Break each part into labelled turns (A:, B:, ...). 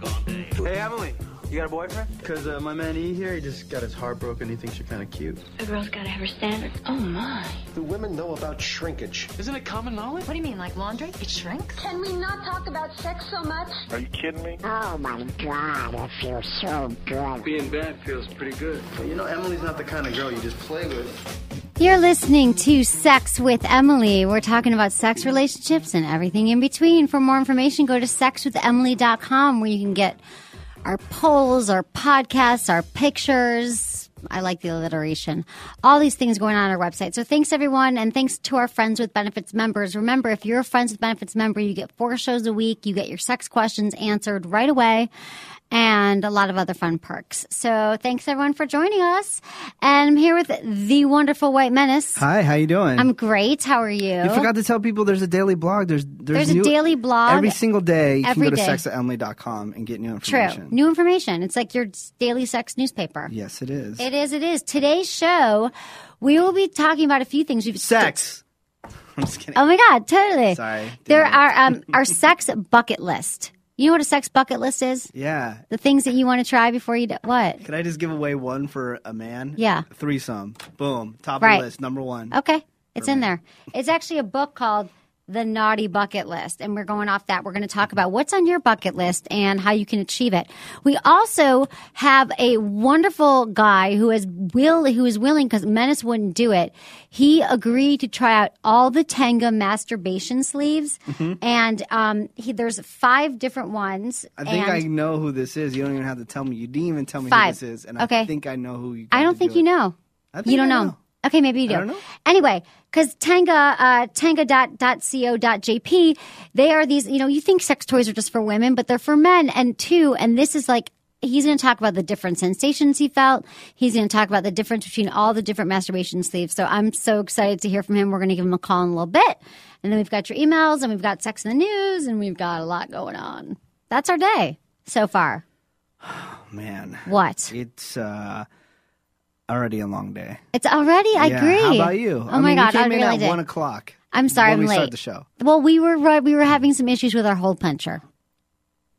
A: into it.
B: Hey, Emily, you got a boyfriend?
C: Because uh, my man E here, he just got his heart broken. He thinks you're kind of cute.
D: A girl's gotta have her standards. Oh my.
E: Do women know about shrinkage?
F: Isn't it common knowledge?
G: What do you mean, like laundry? It shrinks?
H: Can we not talk about sex so much?
I: Are you kidding me?
J: Oh my god, it feels so good.
B: Being bad feels pretty good.
C: But you know, Emily's not the kind of girl you just play with.
K: You're listening to Sex with Emily. We're talking about sex relationships and everything in between. For more information, go to sexwithemily.com where you can get our polls, our podcasts, our pictures. I like the alliteration. All these things going on, on our website. So thanks everyone, and thanks to our Friends with Benefits members. Remember, if you're a Friends with Benefits member, you get four shows a week. You get your sex questions answered right away, and a lot of other fun perks. So thanks everyone for joining us. And I'm here with the wonderful White Menace.
C: Hi, how you doing?
K: I'm great. How are you?
C: You forgot to tell people there's a daily blog. There's
K: There's
C: there's,
K: a
C: new-
K: daily blog.
C: every single day. You
K: every
C: can go
K: day.
C: to sexemily.com and get new
K: True.
C: information.
K: New information. It's like your daily sex newspaper.
C: Yes, it is.
K: It is. It is. Today's show, we will be talking about a few things. We've
C: Sex. I'm just kidding.
K: Oh my god, totally.
C: Sorry.
K: There
C: Didn't
K: are um our sex bucket list. You know what a sex bucket list is?
C: Yeah.
K: The things that you want to try before you do what?
C: Can I just give away one for a man?
K: Yeah.
C: Threesome. Boom. Top of
K: Right. Oh,
C: the list. Number one.
K: Okay, it's in there. It's actually a book called The Naughty Bucket List, and we're going off that. We're going to talk about what's on your bucket list and how you can achieve it. We also have a wonderful guy who is will who is willing because Menace wouldn't do it. He agreed to try out all the Tenga masturbation sleeves,
C: Mm-hmm.
K: and um, he, there's five different ones.
C: I think
K: and
C: I know who this is. You don't even have to tell me. You didn't even tell me
K: Five.
C: who this is. And I
K: Okay.
C: think I know who you
K: I
C: got
K: don't
C: to
K: think
C: do
K: you
C: it.
K: know.
C: I think
K: You don't
C: I
K: know. Okay, maybe you do.
C: don't know.
K: Anyway, because Tenga, uh, tenga.co.jp, they are these, you know, you think sex toys are just for women, but they're for men and too. And this is like, he's going to talk about the different sensations he felt. He's going to talk about the difference between all the different masturbation sleeves. So I'm so excited to hear from him. We're going to give him a call in a little bit. And then we've got your emails and we've got sex in the news and we've got a lot going on. That's our day so far.
C: Man.
K: What?
C: It's uh, already a long day.
K: It's already, I
C: yeah.
K: agree.
C: How about you?
K: Oh
C: I
K: my
C: mean,
K: God,
C: We
K: I
C: came in
K: really
C: at
K: did.
C: 1 o'clock.
K: I'm sorry,
C: when
K: I'm
C: we
K: late.
C: start the show.
K: Well, we were right- we were having some issues with our hole puncher.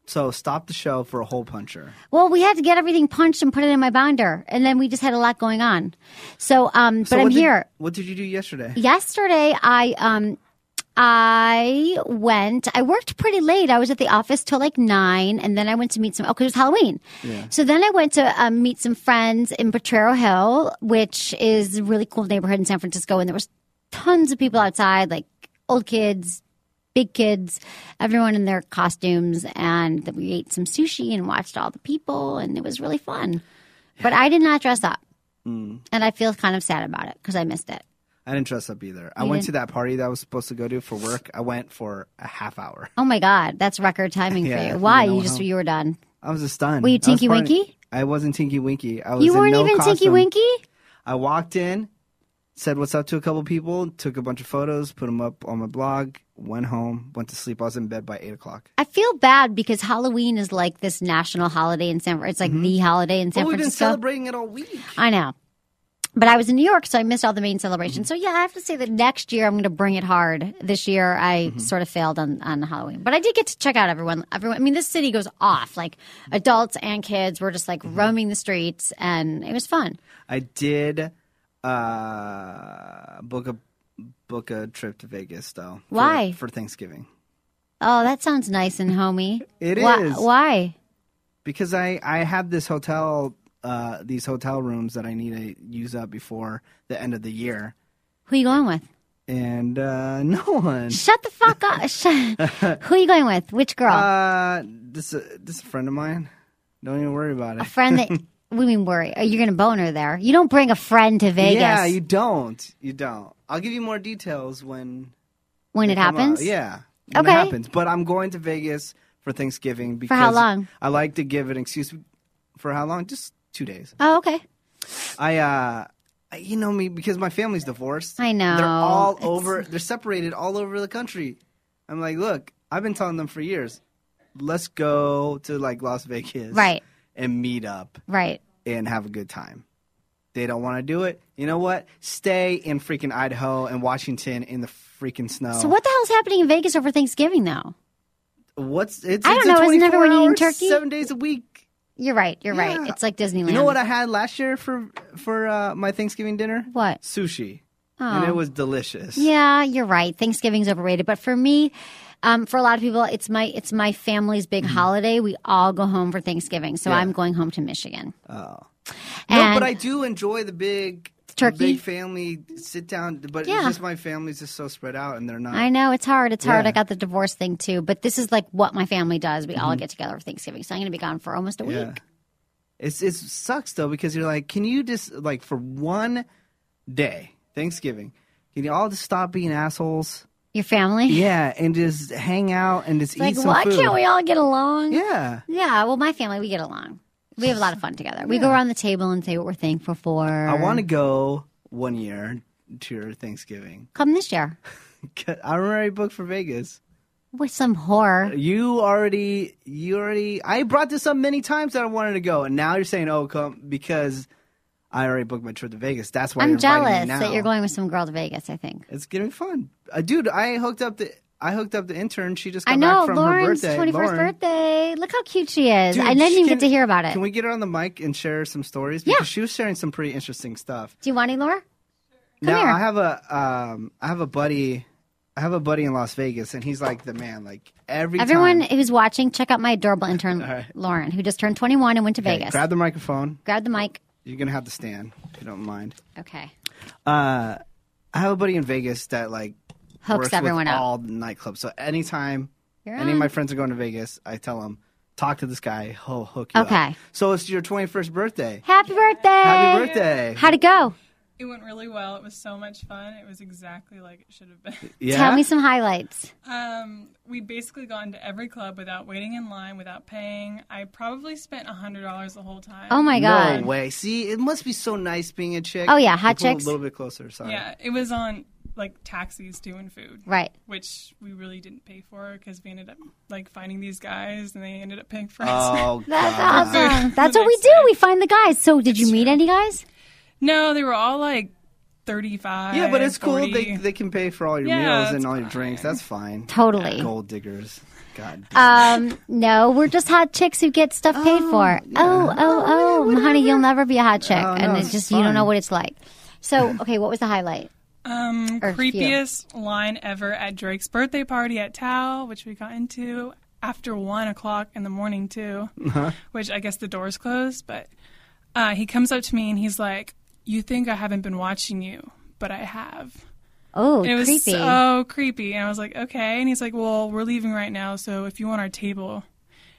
C: So stop the show for a hole puncher.
K: Well, we had to get everything punched and put it in my binder, and then we just had a lot going on. So, um, but
C: So
K: I'm
C: what did-
K: here.
C: What did you do yesterday?
K: Yesterday, I um, I went. I worked pretty late. I was at the office till like nine, and then I went to meet some. Okay, it was Halloween. So then I went to um, meet some friends in Potrero Hill, which is a really cool neighborhood in San Francisco, and there was tons of people outside, like old kids, big kids, everyone in their costumes, and we ate some sushi and watched all the people, and it was really fun. But I did not dress up, and I feel kind of sad about it because I missed it.
C: I didn't dress up either. I went
K: didn't-
C: to that party that I was supposed to go to for work. I went for a half hour.
K: Oh my god, that's record timing
C: Yeah,
K: for you.
C: you
K: Why
C: know
K: you just
C: how-
K: you were done?
C: I was a stun.
K: Were you
C: I was
K: Tinky
C: part-
K: Winky?
C: I wasn't Tinky Winky. I was
K: You
C: in
K: weren't
C: Oh, no
K: even
C: costume.
K: Tinky Winky.
C: I walked in, said what's up to a couple people, took a bunch of photos, put them up on my blog, went home, went to sleep. I was in bed by eight o'clock.
K: I feel bad because Halloween is like this national holiday in San. It's like
C: Mm-hmm.
K: the holiday in San
C: Well, we've been
K: Francisco.
C: celebrating it all week.
K: I know. But I was in New York, so I missed all the main celebrations.
C: Mm-hmm.
K: So yeah, I have to say that next year I'm going to bring it hard. This year I
C: Mm-hmm.
K: sort of failed on, on Halloween, but I did get to check out everyone. Everyone, I mean, this city goes off. Like adults and kids were just like
C: Mm-hmm.
K: roaming the streets, and it was fun.
C: I did uh, book a book a trip to Vegas though. for-
K: Why?
C: For, Thanksgiving.
K: Oh, that sounds nice and homey.
C: It
K: It
C: is.
K: is. Why?
C: Because I I have this hotel uh, these hotel rooms that I need to use up before the end of the year.
K: Who you going with?
C: And uh, no one.
K: Shut the fuck up. Shut. Who you going with? Which girl?
C: Uh, this this a friend of mine. Don't even worry about
K: a
C: it.
K: friend that we mean worry. You're going to bone her there. You don't bring a friend to Vegas
C: Yeah, you don't. You don't. I'll give you more details when
K: when
C: they
K: it
C: come out.
K: happens.
C: uh, Yeah. When
K: Okay.
C: It happens. But I'm going to Vegas for Thanksgiving because
K: how long?
C: I like to give an excuse for how long? Just two days.
K: Oh, okay.
C: I uh I- you know me because my family's divorced.
K: I know.
C: They're all
K: It's-
C: over they're separated all over the country. I'm like, look, I've been telling them for years, let's go to like Las Vegas
K: Right.
C: and meet up
K: Right.
C: and have a good time. They don't want to do it. You know what? Stay in freaking Idaho and Washington in the freaking snow.
K: So what the hell's happening in Vegas over Thanksgiving though?
C: What's it's?
K: I
C: it's
K: don't
C: a
K: know. Isn't
C: 24
K: everyone eating
C: hours,
K: turkey?
C: Seven days a week.
K: You're right. You're
C: Yeah.
K: right. It's like Disneyland.
C: You know what I had last year for for uh, my Thanksgiving dinner?
K: What? Oh.
C: Sushi. And it was delicious.
K: Yeah, you're right. Thanksgiving's overrated, but for me, um, for a lot of people, it's my it's my family's big
C: Mm-hmm.
K: holiday. We all go home for Thanksgiving, so I'm going home to Michigan. Oh,
C: No,
K: and
C: but I do enjoy the big
K: Turkey?
C: the big family sit down. But
K: Yeah.
C: it's just my family's just so spread out, and they're not.
K: I know it's hard. It's hard.
C: Yeah.
K: I got the divorce thing too, but this is like what my family does. We all get together for Thanksgiving, so I'm going to be gone for almost a
C: Mm-hmm. Yeah.
K: week.
C: It's it sucks though because you're like, can you just like for one day Thanksgiving, can you all just stop being assholes?
K: Your family?
C: Yeah, and just hang out and just eat
K: Like,
C: some
K: why
C: food.
K: can't we all get along?
C: Yeah,
K: Yeah, well, my family, we get along. We have a lot of fun together. We go around the table and say what we're thankful for.
C: I want to go one year to your Thanksgiving.
K: come this year
C: I'm already booked for Vegas.
K: with some horror.
C: You already, you already. I brought this up many times that I wanted to go, and now you're saying, "Oh, come," because I already booked my trip to Vegas. That's why
K: I'm
C: you're inviting me
K: jealous
C: now.
K: that you're going with some girl to Vegas. I think.
C: It's gonna be fun, uh, dude. I hooked up the. I hooked up the intern. She just got
K: I know
C: back from her
K: Lauren's
C: birthday.
K: 21st
C: Lauren.
K: birthday. Look how cute she is.
C: Dude,
K: I didn't
C: she
K: even
C: can-
K: get to hear about it.
C: Can we get her on the mic and share some stories?
K: Yeah.
C: Because she was sharing some pretty interesting stuff.
K: Do you want any, Laura?
C: now
K: here.
C: I have a um I have a buddy I have a buddy in Las Vegas and he's like the man. Like every
K: Everyone
C: time,
K: who's watching, check out my adorable intern Lauren, who just turned 21 and went to
C: Okay,
K: Vegas.
C: grab the microphone.
K: Grab the mic.
C: You're gonna have to stand if you don't mind.
K: Okay,
C: I have a buddy in Vegas that like
K: hooks
C: works
K: everyone
C: with
K: up.
C: all nightclubs. So anytime
K: You're
C: any
K: on.
C: of my friends are going to Vegas, I tell them talk to this guy. He'll hook you up.
K: Okay.
C: So it's your 21st birthday.
K: Happy birthday!
C: Happy birthday!
K: How'd it go?
A: It went really well. It was so much fun. It was exactly like it should have been.
C: yeah.
K: Tell me some highlights.
A: Um, we basically got into every club without waiting in line, without paying. I probably spent hundred dollars the whole time.
K: Oh my god!
C: No way. See, it must be so nice being a chick.
K: Oh, yeah, hot
C: Pull
K: chicks.
C: A little bit closer. Sorry.
A: Yeah, it was on like taxis doing food,
K: Right.
A: which we really didn't pay for because we ended up like finding these guys and they ended up paying for us.
C: Oh
K: That's
C: god.
K: awesome. That's
A: The
K: what we
A: next
K: do.
A: day.
K: We find the guys. So, did you meet any guys?
A: no, they were all like thirty-five.
C: Yeah, but it's cool.
A: 40.
C: They, they can pay for all your
A: Yeah,
C: meals and
A: that's
C: all your drinks. That's fine.
K: Totally.
C: Gold diggers. God.
K: Um, no, we're just hot chicks who get stuff paid for. Oh, oh, oh, honey, you'll never be a hot chick,
C: Oh, no,
K: and
C: it's
K: it's just you don't
C: fine.
K: know what it's like. So, okay, what was the highlight?
A: Um,
K: Or few.
A: creepiest line ever at Drake's birthday party at Tao, which we got into after one o'clock in the morning too,
K: Uh-huh.
A: which I guess the doors closed. But uh, he comes up to me and he's like, "You think I haven't been watching you, but I have."
K: Oh,
A: And it was uh,
K: creepy.
A: so creepy, and I was like, "Okay." And he's like, "Well, we're leaving right now, so if you want our table,"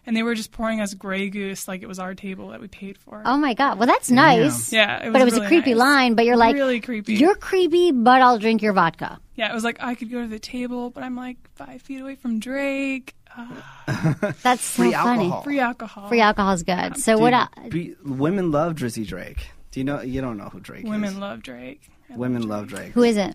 A: and they were just pouring us Grey Goose like it was our table that we paid for.
K: oh my god. Well, that's nice.
A: Yeah, it was
K: but it was a
A: really
K: creepy
A: nice.
K: line. But you're like,
A: Really creepy.
K: You're creepy, but I'll drink your vodka.
A: Yeah, it was like I could go to the table, but I'm like five feet away from Drake.
K: That's so
C: Free
K: funny.
C: alcohol.
A: Free alcohol.
K: Free alcohol's good. So
C: Dude,
K: what? el-
C: be- women love Drizzy Drake. Do you know? You don't know who Drake is.
A: Women love Drake.
C: women love Drake.
K: who is it?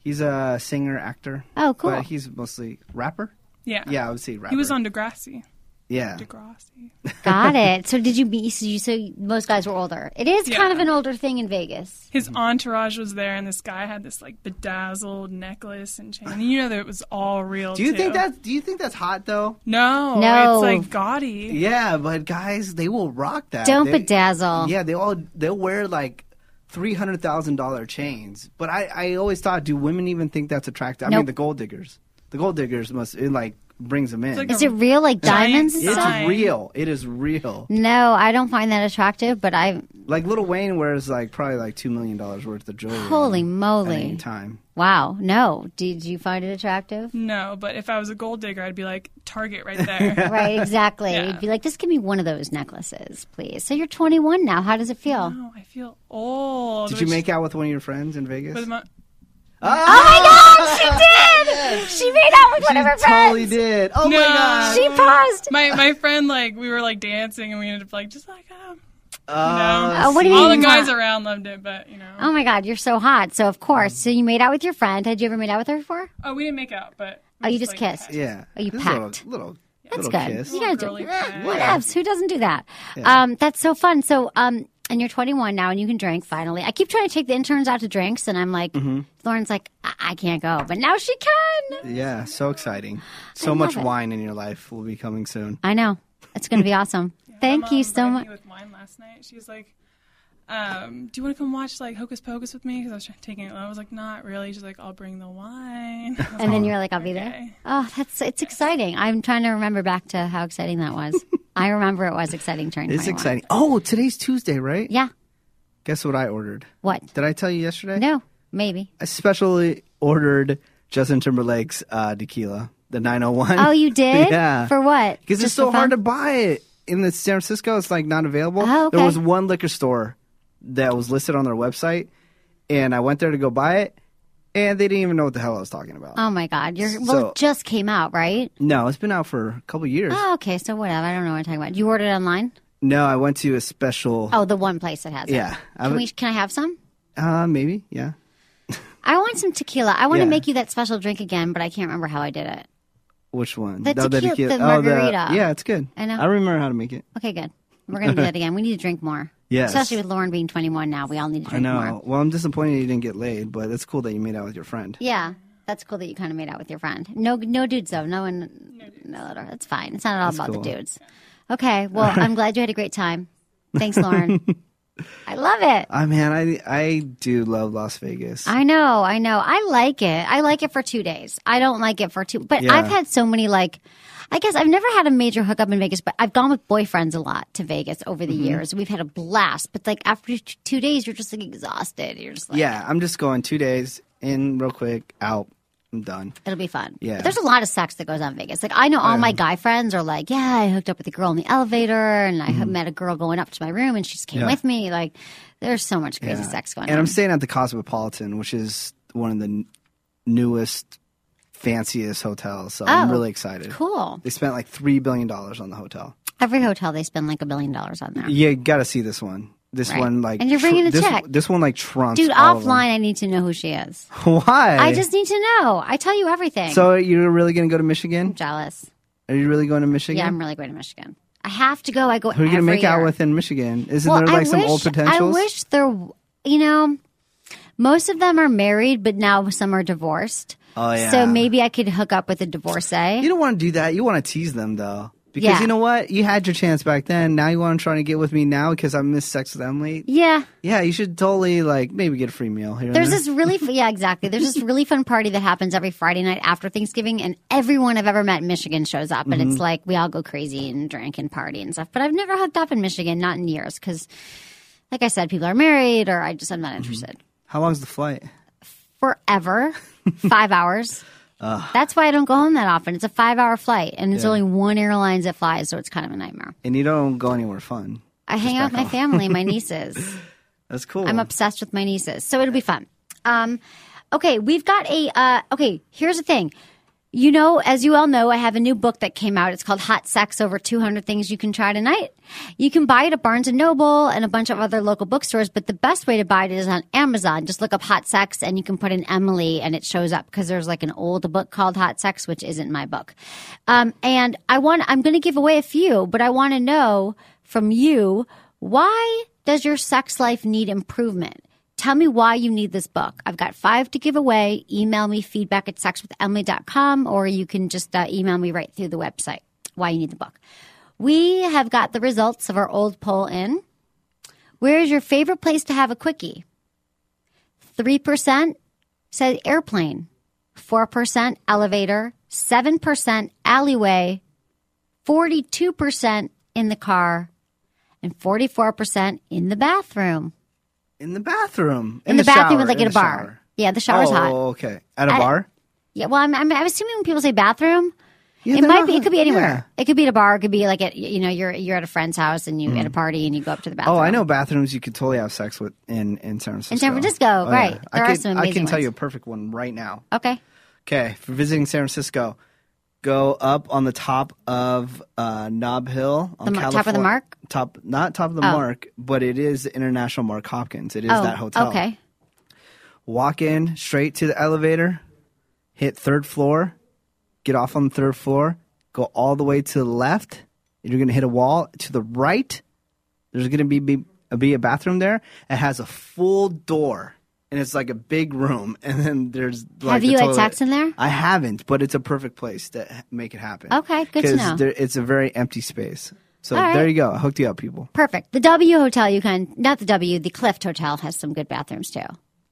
C: He's a singer, actor.
K: Oh, cool.
C: But he's mostly rapper.
A: Yeah.
C: Yeah, I would say rapper.
A: He was on Degrassi.
C: Yeah.
A: Degrassi.
K: Got it. So did you be? So, you, so most guys were older. It is kind
A: Yeah.
K: of an older thing in Vegas.
A: His
C: Mm-hmm.
A: entourage was there, and this guy had this like bedazzled necklace and chain. And you know that it was all real.
C: Do you
A: too.
C: think that's Do you think that's hot though?
A: No, It's
K: No.
A: like gaudy.
C: Yeah, but guys, they will rock that.
K: Don't
C: They-
K: bedazzle.
C: Yeah, they all they'll wear like three hundred thousand dollar chains. But I, I always thought, do women even think that's attractive? I mean,
K: Nope.
C: the gold diggers, the gold diggers must it like brings them in.
A: like
K: Is it real? Like diamonds and
A: Giant
K: stuff?
A: sign.
C: it's real. It is real.
K: No, I don't find that attractive. But I
C: Like little Wayne wears like probably like two million dollars worth of jewelry.
K: Holy
C: on At any
K: moly.
C: time.
K: Wow. No. Did you find it attractive?
A: No, but if I was a gold digger, I'd be like Target right there.
K: Right, exactly. You'd be like, just give me one of those necklaces, please. So you're 21 now. How does it feel?
A: no, I feel old.
C: Did you
A: which-
C: make out with one of your friends in Vegas? Ah,
A: with my-
K: Oh my God, she did! She made out with one of her
C: totally
K: friends.
C: did. Oh
A: No.
C: my god.
K: She paused.
A: my my friend like we were like dancing, and we ended up like just like oh,
C: Uh,
K: Oh, what do you
A: all the
K: mean?
A: guys around loved it, but you know.
K: Oh my God, you're so hot. So of
C: Um,
K: course, so you made out with your friend. Had you ever made out with her before?
A: Oh, we didn't make out, but we
K: Oh, you just
A: like,
K: kissed.
C: yeah.
K: Oh, you
C: Just a little-
K: packed.
C: Little,
K: That's
C: little
K: good.
C: kiss.
K: You gotta do
A: Girly pack.
K: what else? Who doesn't do that? Um, that's so fun. So um, and you're 21 now, and you can drink finally. I keep trying to take the interns out to drinks, and I'm like, Lauren's like, I-, I can't go, but now she can.
C: Mm-hmm. Yeah, so exciting. So
K: love
C: much
K: it.
C: wine in your life will be coming soon.
K: I know. It's going to be awesome. Thank
A: My
K: you
A: mom
K: so
A: bribed
K: much.
A: me With wine last night, she was like, um, "Do you want to come watch like Hocus Pocus with me?" Because I was trying, taking it. I was like, "Not really." She's like, "I'll bring the wine." I was like,
K: And then you're like, I'll be there.
A: Okay.
K: Oh, that's it's exciting. I'm trying to remember back to how exciting that was. I remember it was exciting during
C: It's
K: my life.
C: exciting. Oh, today's Tuesday, right?
K: Yeah.
C: Guess what I ordered?
K: What?
C: Did I tell you yesterday?
K: No, maybe.
C: I specially ordered Justin Timberlake's uh, tequila, the 901.
K: Oh, you did?
C: yeah.
K: For what?
C: Because it's
K: Just
C: so
K: for
C: hard to
K: fun?
C: buy it in the San Francisco. It's like not available.
K: Oh, okay.
C: There was one liquor store that was listed on their website, and I went there to go buy it, and they didn't even know what the hell I was talking about.
K: Oh my God! You're, well,
C: So-
K: it just came out, right?
C: no, it's been out for a couple years.
K: Oh, okay. So whatever. I don't know what I'm talking about. You ordered it online?
C: no, I went to a special.
K: Oh, the one place that has it.
C: yeah, I
K: Can
C: would-
K: we? Can I have some?
C: uh, maybe. Yeah.
K: I want some tequila. I want
C: Yeah.
K: to make you that special drink again, but I can't remember how I did it.
C: Which one?
K: The tequila- the
C: oh,
K: margarita.
C: yeah, it's good.
K: I know.
C: I remember how to make it.
K: Okay, good. We're gonna do that again. We need to drink more.
C: Yes.
K: Especially with Lauren being 21 now, we all need to
C: I
K: drink
C: know.
K: more.
C: Well, I'm disappointed you didn't get laid, but it's cool that you made out with your friend.
K: Yeah, that's cool that you kind of made out with your friend. No, no dudes though. No one. No, no that's fine. It's not all about the
C: cool.
K: dudes. Okay. Well, I'm glad you had a great time. Thanks, Lauren. I love it.
C: I man, I I do love Las Vegas.
K: I know, I know. I like it. I like it for two days. I don't like it for two. But
C: Yeah.
K: I've had so many like, I guess I've never had a major hookup in Vegas, but I've gone with boyfriends a lot to Vegas over
C: Mm-hmm.
K: the years. We've had a blast, but like after t- two days, you're just like exhausted. You're just like,
C: yeah, I'm just going two days in real quick, out. I'm done.
K: It'll be fun.
C: Yeah.
K: But there's a lot of sex that goes on in Vegas. Like I know all my guy friends are like, yeah, I hooked up with a girl in the elevator, and I met a girl going up to my room, and she just came
C: Mm-hmm. Yeah.
K: with me. Like, there's so much crazy sex going
C: And
K: on.
C: I'm staying at the Cosmopolitan, which is one of the n- newest, fanciest hotels. So I'm
K: Oh,
C: really excited.
K: cool.
C: They spent like three billion dollars on the hotel.
K: Every hotel they spend like a billion dollars on there.
C: You got to see this one. This
K: Right.
C: one, like,
K: And you're bringing a
C: this,
K: check.
C: This one, like, trumps.
K: Dude,
C: all of them.
K: offline, I need to know who she is.
C: Why?
K: I just need to know. I tell you everything.
C: So you're really gonna go to Michigan?
K: I'm jealous.
C: Are you really going to Michigan?
K: Yeah, I'm really going to Michigan. I have to go. I go.
C: Who are you
K: going
C: gonna
K: to
C: make
K: year.
C: out with in Michigan? Isn't
K: Well,
C: there
K: I
C: like some
K: wish-
C: old potentials?
K: I wish there. w- You know, most of them are married, but now some are divorced.
C: Oh, yeah.
K: So maybe I could hook up with a divorcee.
C: You don't want to do that. You want to tease them though. Because
K: Yeah.
C: you know what? You had your chance back then. Now you want to try to get with me now because I missed sex with Emily.
K: yeah.
C: Yeah, you should totally like maybe get a free meal here. and
K: There's
C: there.
K: this really, f- yeah, exactly. There's this really fun party that happens every Friday night after Thanksgiving, and everyone I've ever met in Michigan shows up, and it's like we all go crazy and drink and party and stuff. But I've never hooked up in Michigan, not in years, because, like I said, people are married, or I just I'm not interested.
C: How long's the flight?
K: Forever, five hours. That's why I don't go home that often. It's a five hour flight, and it's only one airlines that flies, so it's kind of a nightmare.
C: And you don't go anywhere fun.
K: I hang out with my family, my nieces.
C: That's cool.
K: I'm obsessed with my nieces, so it'll be fun. Um, okay, we've got a. Uh, okay, here's the thing. You know, as you all know, I have a new book that came out. It's called Hot Sex Over 200 Things You Can Try Tonight. You can buy it at Barnes & Noble and a bunch of other local bookstores, but the best way to buy it is on Amazon. Just look up Hot Sex and you can put in Emily and it shows up because there's like an old book called Hot Sex, which isn't my book. Um, and I want, I'm going to give away a few, but I want to know from you, why does your sex life need improvement? Tell me why you need this book. I've got five to give away. Email me feedback at sexwithemily.com or you can just uh, email me right through the website why you need the book. We have got the results of our old poll in. Where is your favorite place to have a quickie? 3% said airplane, 4% elevator, 7% alleyway, 42% in the car, and 44% in the bathroom.
C: in the bathroom.
K: In, the, bathroom,
C: shower,
K: like
C: in
K: at a
C: the
K: bar.
C: shower.
K: Yeah, the shower's
C: oh,
K: hot.
C: okay. At a bar?
K: Yeah, well, I'm, I'm, I'm assuming when people say bathroom,
C: Yeah,
K: it
C: they're
K: might
C: not
K: be. It
C: hot.
K: could be
C: Yeah. Mm.
K: anywhere. It could be at a bar. It could be like at you know you're you're at a friend's house and you at a party and you go up to the bathroom.
C: Oh, I know bathrooms you could totally have sex with in, in San Francisco.
K: Francisco,
C: Oh, yeah.
K: right.
C: I
K: There are
C: can,
K: some
C: I
K: amazing
C: can tell
K: ones.
C: you a perfect one right now.
K: Okay.
C: Okay, for visiting San Francisco, go up on the top of uh, Knob Hill. On
K: The mar- top of the
C: Californ-
K: mark?
C: Top, not top of the mark, but it is International Mark Hopkins. It is
K: oh,
C: that hotel.
K: okay.
C: Walk in straight to the elevator, hit third floor, get off on the third floor, go all the way to the left, and you're gonna hit a wall. To the right, there's gonna be be, be a bathroom there. It has a full door. And it's like a big room, and then there's like
K: Have
C: the
K: you had
C: toilet.
K: sex in there?
C: I haven't, but it's a perfect place to ha- make it happen.
K: Okay, good to
C: 'Cause
K: know.
C: There, it's a very empty space. So
K: All right.
C: there you go. I hooked you up, people.
K: Perfect. The W Hotel, you can, not the W, the Clift Hotel has some good bathrooms too.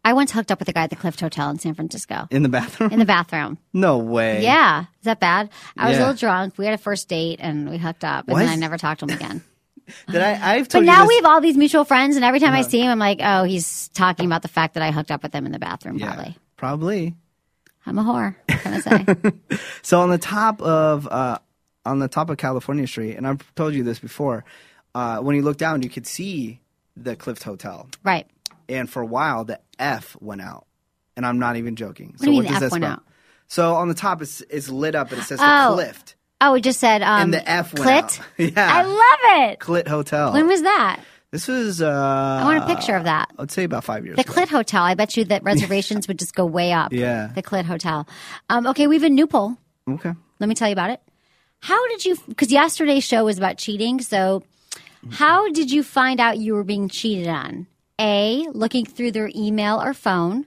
K: I once hooked up with a guy at the Clift Hotel in San Francisco
C: In the bathroom?
K: in the bathroom.
C: no way.
K: Yeah. Is that bad? I was
C: Yeah.
K: a little drunk. We had a first date and we hooked up and
C: What?
K: then I never talked to him again.
C: Did I? I've
K: but
C: told you
K: now
C: this-
K: we have all these mutual friends and every time I see him, I'm like, oh, he's talking about the fact that I hooked up with him in the bathroom
C: Yeah,
K: probably.
C: probably.
K: I'm a whore. What can I say?
C: So on the top of uh, on the top of California Street, and I've told you this before. Uh, when you look down, you could see the Clift Hotel,
K: right.
C: and for a while the F went out, and I'm not even joking. so
K: do you
C: what
K: mean the
C: does
K: F
C: that
K: went
C: spell?
K: out?
C: So on the top, it's it's lit up, and it says
K: Oh.
C: the Clift,
K: Oh, it just said um,
C: and the F went
K: clit.
C: out. yeah,
K: I love it.
C: Clit Hotel.
K: When was that?
C: this was. Uh,
K: I want a picture of that.
C: I'd say about five years.
K: The
C: ago.
K: Clit Hotel. I bet you that reservations would just go way up.
C: Yeah.
K: The Clit Hotel. Um, okay, we have a new poll.
C: Okay.
K: Let me tell you about it. How did you? Because yesterday's show was about cheating. So, how did you find out you were being cheated on? A. Looking through their email or phone.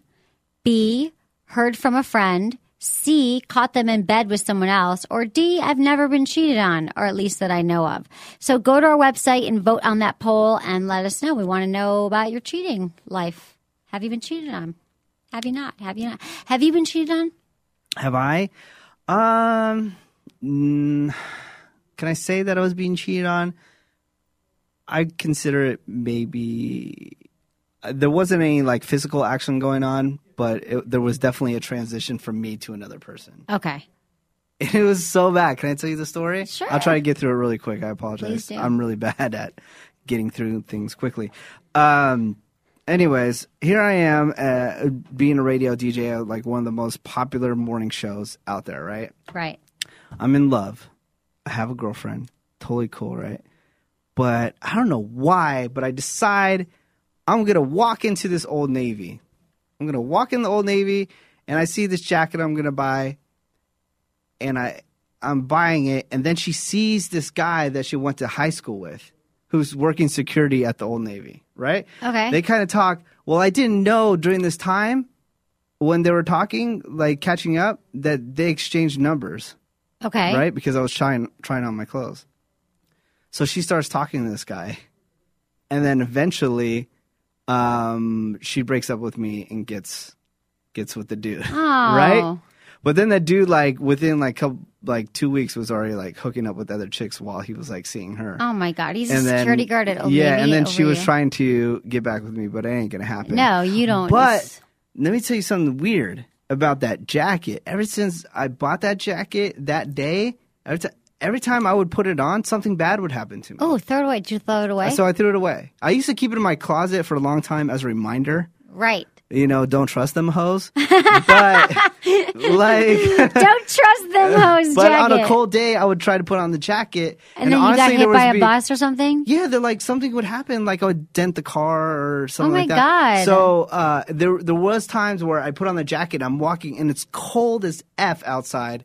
K: B. Heard from a friend. C. Caught them in bed with someone else. Or D. I've never been cheated on, or at least that I know of. So go to our website and vote on that poll and let us know. We want to know about your cheating life. Have you been cheated on? Have you not? Have you not? Have you been cheated on?
C: Have I? Um, mm, can I say that I was being cheated on? I consider it maybe uh, there wasn't any like physical action going on, but it, there was definitely a transition from me to another person.
K: Okay.
C: It was so bad. Can I tell you the story?
K: Sure.
C: I'll try to get through it really quick. I
K: Please
C: apologize.
K: do.
C: I'm really bad at getting through things quickly. Um, anyways, here I am uh, being a radio DJ at like one of the most popular morning shows out there, right?
K: Right.
C: I'm in love. I have a girlfriend. Totally cool, right? But I don't know why, but I decide I'm going to walk into this Old Navy. I'm going to walk in the Old Navy and I see this jacket I'm going to buy and I I'm buying it and then she sees this guy that she went to high school with who's working security at the Old Navy, right?
K: Okay.
C: They kind of talk, "Well, I didn't know during this time when they were talking, like catching up, that they exchanged numbers."
K: Okay.
C: right? Because I was trying trying on my clothes. So she starts talking to this guy, and then eventually, um, she breaks up with me and gets gets with the dude,
K: Oh.
C: right? But then that dude, like within like couple, like two weeks, was already like hooking up with other chicks while he was like seeing her.
K: Oh my God, he's a
C: and then,
K: security guard at Old
C: yeah,
K: Navy
C: and then
K: over
C: she was
K: you.
C: trying to get back with me, but it ain't gonna happen.
K: No, you don't.
C: But let me tell you something weird about that jacket. Ever since I bought that jacket that day, every, ti- every time I would put it on, something bad would happen to me.
K: oh, throw it away. Did you throw it away?
C: So I threw it away. I used to keep it in my closet for a long time as a reminder.
K: right.
C: You know, don't trust them hoes. But like,
K: don't trust them hose
C: but on
K: jacket.
C: a cold day, I would try to put on the jacket,
K: and, then
C: honestly,
K: you
C: there
K: got hit
C: was
K: by a
C: be-
K: bus or something.
C: Yeah, they're like something would happen, like I would dent the car or something
K: Oh my
C: like that.
K: God.
C: So uh, there there was times where I put on the jacket, I'm walking, and it's cold as f outside,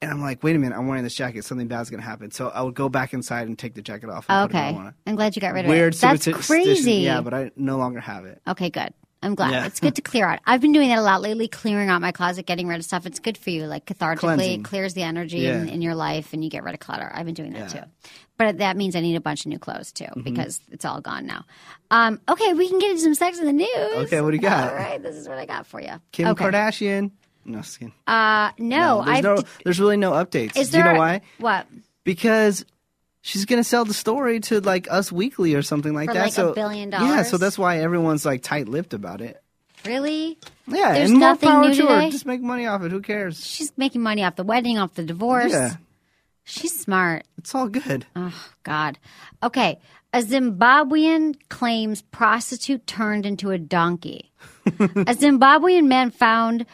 C: and I'm like, wait a minute, I'm wearing this jacket, something bad's gonna happen. So I would go back inside and take the jacket off. And Put it
K: okay,
C: back on.
K: I'm glad you got rid of
C: Weird
K: it. That's
C: superstition.
K: crazy.
C: Yeah, but I no longer have it.
K: okay, good. I'm glad.
C: Yeah.
K: It's good to clear out. I've been doing that a lot lately, clearing out my closet, getting rid of stuff. It's good for you, like cathartically,
C: Cleansing.
K: it clears the energy
C: Yeah.
K: in, in your life, and you get rid of clutter. I've been doing that too, but that means I need a bunch of new clothes too
C: Mm-hmm.
K: because it's all gone now. Um, okay, we can get into some sex in the news.
C: Okay, what do you got?
K: All right, this is what I got for you.
C: Kim
K: okay.
C: Kardashian. No, just kidding.
K: Uh, no,
C: there's
K: I've
C: no,
K: d-
C: there's really no updates.
K: is
C: Do
K: there
C: you know why?
K: What
C: because she's gonna sell the story to like Us Weekly or something like
K: For,
C: that.
K: like, a
C: so
K: billion
C: Yeah,
K: dollars?
C: so that's why everyone's like tight-lipped about it.
K: really?
C: Yeah,
K: There's
C: and more
K: nothing
C: power
K: new
C: to her.
K: today?
C: Just make money off it. Who cares?
K: She's making money off the wedding, off the divorce.
C: Yeah.
K: She's smart.
C: It's all good.
K: Oh God. Okay, a Zimbabwean claims prostitute turned into a donkey. a Zimbabwean man found.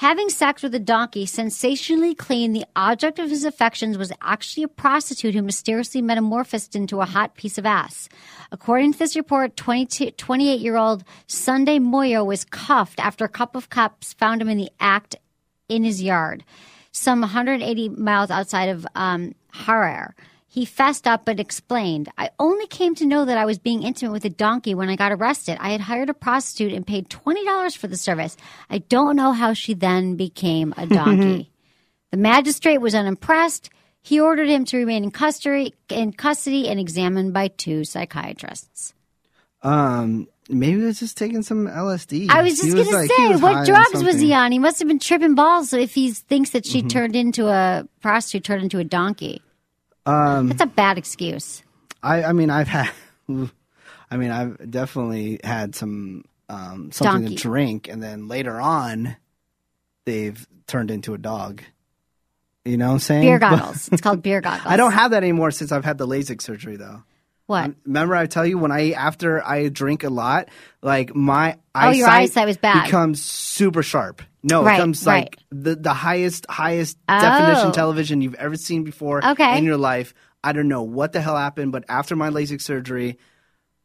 K: Having sex with a donkey sensationally claimed the object of his affections was actually a prostitute who mysteriously metamorphosed into a hot piece of ass. According to this report, 28 year old Sunday Moyo was cuffed after a couple of cops found him in the act in his yard, some 180 miles outside of um, Harar. He fessed up and explained, I only came to know that I was being intimate with a donkey when I got arrested. I had hired a prostitute and paid $20 for the service. I don't know how she then became a donkey. the magistrate was unimpressed. He ordered him to remain in custody, in custody and examined by two psychiatrists.
C: Um, maybe he was just taking some LSD.
K: I was just
C: He
K: going to
C: like- he
K: say,
C: was high
K: what
C: on
K: drugs was he
C: something. Mm-hmm.
K: on? He must have been tripping balls if he thinks that she turned into a prostitute, turned into a donkey. Um, That's a bad excuse.
C: I, I mean, I've had, I mean, I've definitely had some um, something
K: Donkey.
C: to drink, and then later on, they've turned into a dog. You know what I'm saying?
K: Beer
C: But-
K: goggles. it's called beer goggles.
C: I don't have that anymore since I've had the LASIK surgery, though.
K: what.
C: Remember, I tell you when I after I drink a lot, like my
K: Oh,
C: eyesight
K: your eyesight was bad.
C: becomes super sharp. No,
K: Right,
C: it becomes
K: right.
C: like the the highest highest
K: Oh.
C: definition television you've ever seen before
K: Okay.
C: in your life. I don't know what the hell happened, but after my LASIK surgery,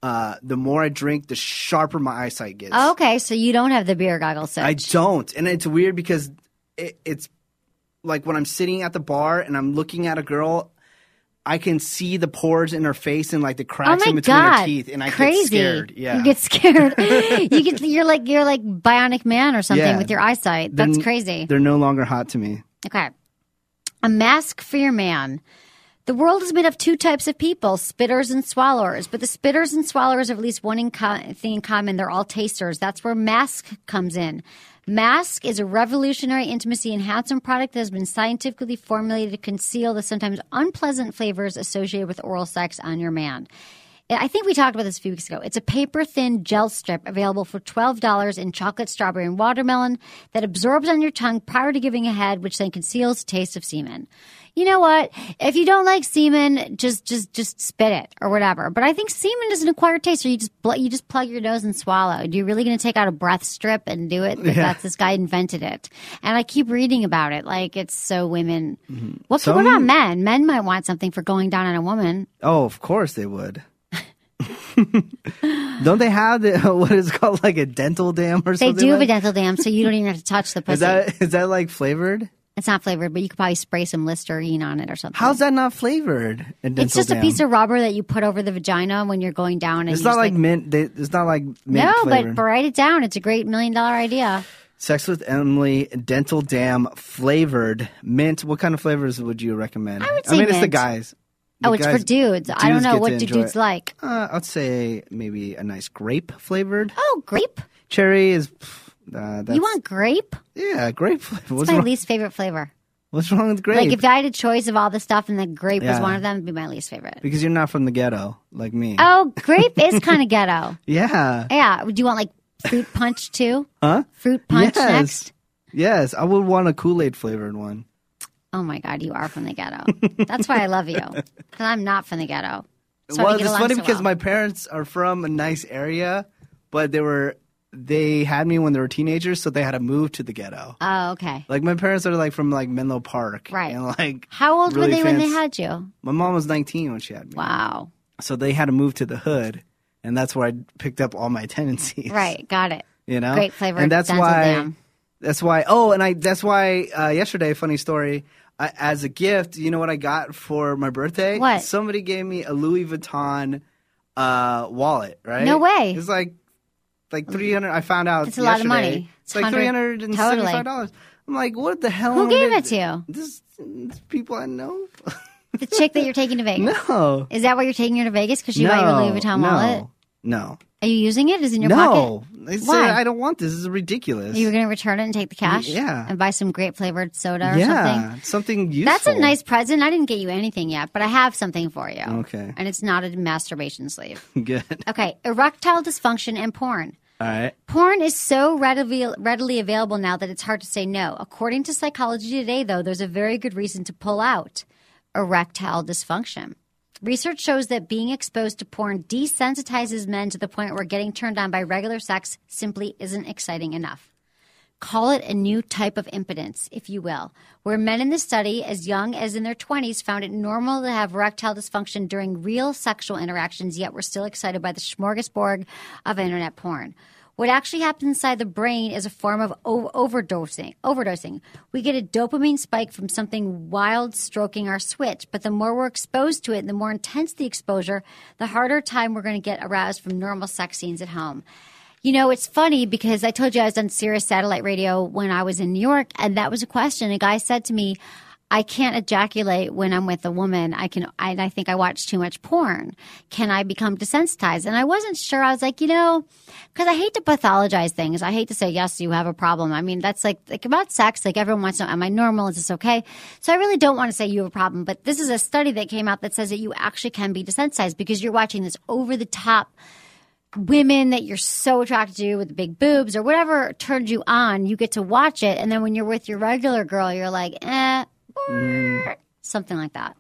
C: uh, the more I drink, the sharper my eyesight gets.
K: Okay, so you don't have the beer goggles.
C: I
K: search.
C: don't, and it's weird because it, it's like when I'm sitting at the bar and I'm looking at a girl, I can see the pores in her face and like the
K: Oh
C: cracks
K: my
C: in between her
K: god!
C: teeth, and I
K: Crazy.
C: get scared. Yeah,
K: you get scared. you get you're like you're like Bionic Man or something
C: Yeah.
K: with your eyesight.
C: They're
K: That's
C: n-
K: crazy.
C: They're no longer hot to me.
K: Okay, a mask for your man. The world is made of two types of people: spitters and swallowers. But the spitters and swallowers have at least one in co- thing in common: they're all tasters. That's where mask comes in. Mask is a revolutionary intimacy enhancement product that has been scientifically formulated to conceal the sometimes unpleasant flavors associated with oral sex on your man. I think we talked about this a few weeks ago. It's a paper thin gel strip available for $12 in chocolate, strawberry, and watermelon that absorbs on your tongue prior to giving a head, which then conceals the taste of semen. You know what? If you don't like semen, just just just spit it or whatever. But I think semen is an acquired taste, so you just bl- you just plug your nose and swallow. You're really going to take out a breath strip and do it. But That's this guy invented it, and I keep reading about it. Like it's so women. What,
C: Some-
K: what about men? Men might want something for going down on a woman.
C: Oh, of course they would. don't they have the, what is called like a dental dam or
K: They
C: something?
K: do have a
C: like-
K: dental dam, so you don't even have to touch the pussy.
C: Is that is that like flavored?
K: it's not flavored, but you could probably spray some Listerine on it or something.
C: How's that not flavored? A dental
K: It's just a
C: dam?
K: piece of rubber that you put over the vagina when you're going down. And
C: It's
K: you
C: not
K: just,
C: like, mint. They, it's not like mint
K: no,
C: flavored.
K: but write it down. It's a great million dollar idea.
C: Sex with Emily Dental Dam flavored mint. What kind of flavors would you recommend? I
K: would
C: I
K: say
C: mean, it's the
K: mint.
C: guys. The
K: oh, it's for
C: guys-
K: dudes. I don't
C: dudes
K: know
C: get
K: what
C: to
K: do
C: enjoy
K: dudes
C: it.
K: like.
C: Uh, I'd say maybe a nice grape flavored.
K: Oh, grape.
C: Cherry is. pff, Uh, that's,
K: you want grape?
C: Yeah, grape flavor.
K: It's
C: What's
K: my
C: wrong,
K: least favorite flavor.
C: what's wrong with grape?
K: Like if I had a choice of all the stuff and the grape was
C: Yeah.
K: one of them, it'd be my least favorite.
C: because you're not from the ghetto like me.
K: Oh, grape is kind of ghetto.
C: Yeah.
K: Yeah. Do you want like fruit punch too? Huh? Fruit punch
C: Yes.
K: next.
C: Yes, I would want a Kool Aid flavored one.
K: Oh my God, you are from the ghetto. That's why I love you. Because I'm not from the ghetto. That's why
C: well,
K: we get
C: it's
K: along
C: funny
K: so
C: because
K: well.
C: my parents are from a nice area, but they were they had me when they were teenagers, so they had to move to the ghetto.
K: Oh, okay.
C: Like my parents are like from like Menlo Park,
K: Right.
C: And like
K: How old were
C: really
K: they when they
C: fancy-
K: had you?
C: My mom was 19 when she had me,
K: Wow.
C: so they had to move to the hood, and that's where I picked up all my tendencies.
K: Right. Got it.
C: You know,
K: Great flavor.
C: and that's
K: dental
C: why.
K: dam.
C: That's why. Oh, and I. That's why. Uh, yesterday, funny story. I, as a gift, you know what I got for my birthday?
K: What?
C: Somebody gave me a Louis Vuitton uh, wallet. Right?
K: No way.
C: It's like like three hundred. I found out.
K: That's a lot of money.
C: yesterday. It's
K: It's
C: like three hundred
K: 100
C: and seventy-five dollars. I'm like, what the hell?
K: Who
C: am I
K: gave
C: gonna
K: it to you?
C: do? This, these people I know.
K: The chick that you're taking to Vegas.
C: no.
K: Is that why you're taking her to Vegas? Because she
C: no,
K: got your Louis Vuitton
C: no,
K: wallet?
C: No.
K: Are you using it? Is it in your
C: no.
K: pocket?
C: They said,
K: Why?
C: I don't want this. This is ridiculous.
K: Are you going to return it and take the cash?
C: yeah.
K: And buy some grape flavored soda or
C: yeah.
K: something?
C: Something useful.
K: That's a nice present. I didn't get you anything yet, but I have something for you.
C: Okay.
K: And it's not a masturbation sleeve.
C: Good.
K: Okay, erectile dysfunction and porn.
C: All right.
K: Porn is so readily, readily available now that it's hard to say no. According to Psychology Today, though, there's a very good reason to pull out erectile dysfunction. Research shows that being exposed to porn desensitizes men to the point where getting turned on by regular sex simply isn't exciting enough call it a new type of impotence, if you will, where men in the study, as young as in their 20s, found it normal to have erectile dysfunction during real sexual interactions, yet were still excited by the smorgasbord of internet porn. What actually happens inside the brain is a form of o- overdosing. Overdosing. We get a dopamine spike from something wild stroking our switch, but the more we're exposed to it, and the more intense the exposure, the harder time we're going to get aroused from normal sex scenes at home. You know, it's funny because I told you I was on Sirius Satellite Radio when I was in New York, and that was a question. A guy said to me, I can't ejaculate when I'm with a woman. I can, I, I think I watch too much porn. Can I become desensitized? And I wasn't sure. I was like, you know, because I hate to pathologize things. I hate to say, yes, you have a problem. I mean, that's like, like about sex, like everyone wants to know, am I normal? Is this okay? So I really don't want to say you have a problem, but this is a study that came out that says that you actually can be desensitized because you're watching this over the top women that you're so attracted to with big boobs or whatever turned you on, you get to watch it. And then when you're with your regular girl, you're like, eh,
C: Mm.
K: something like that.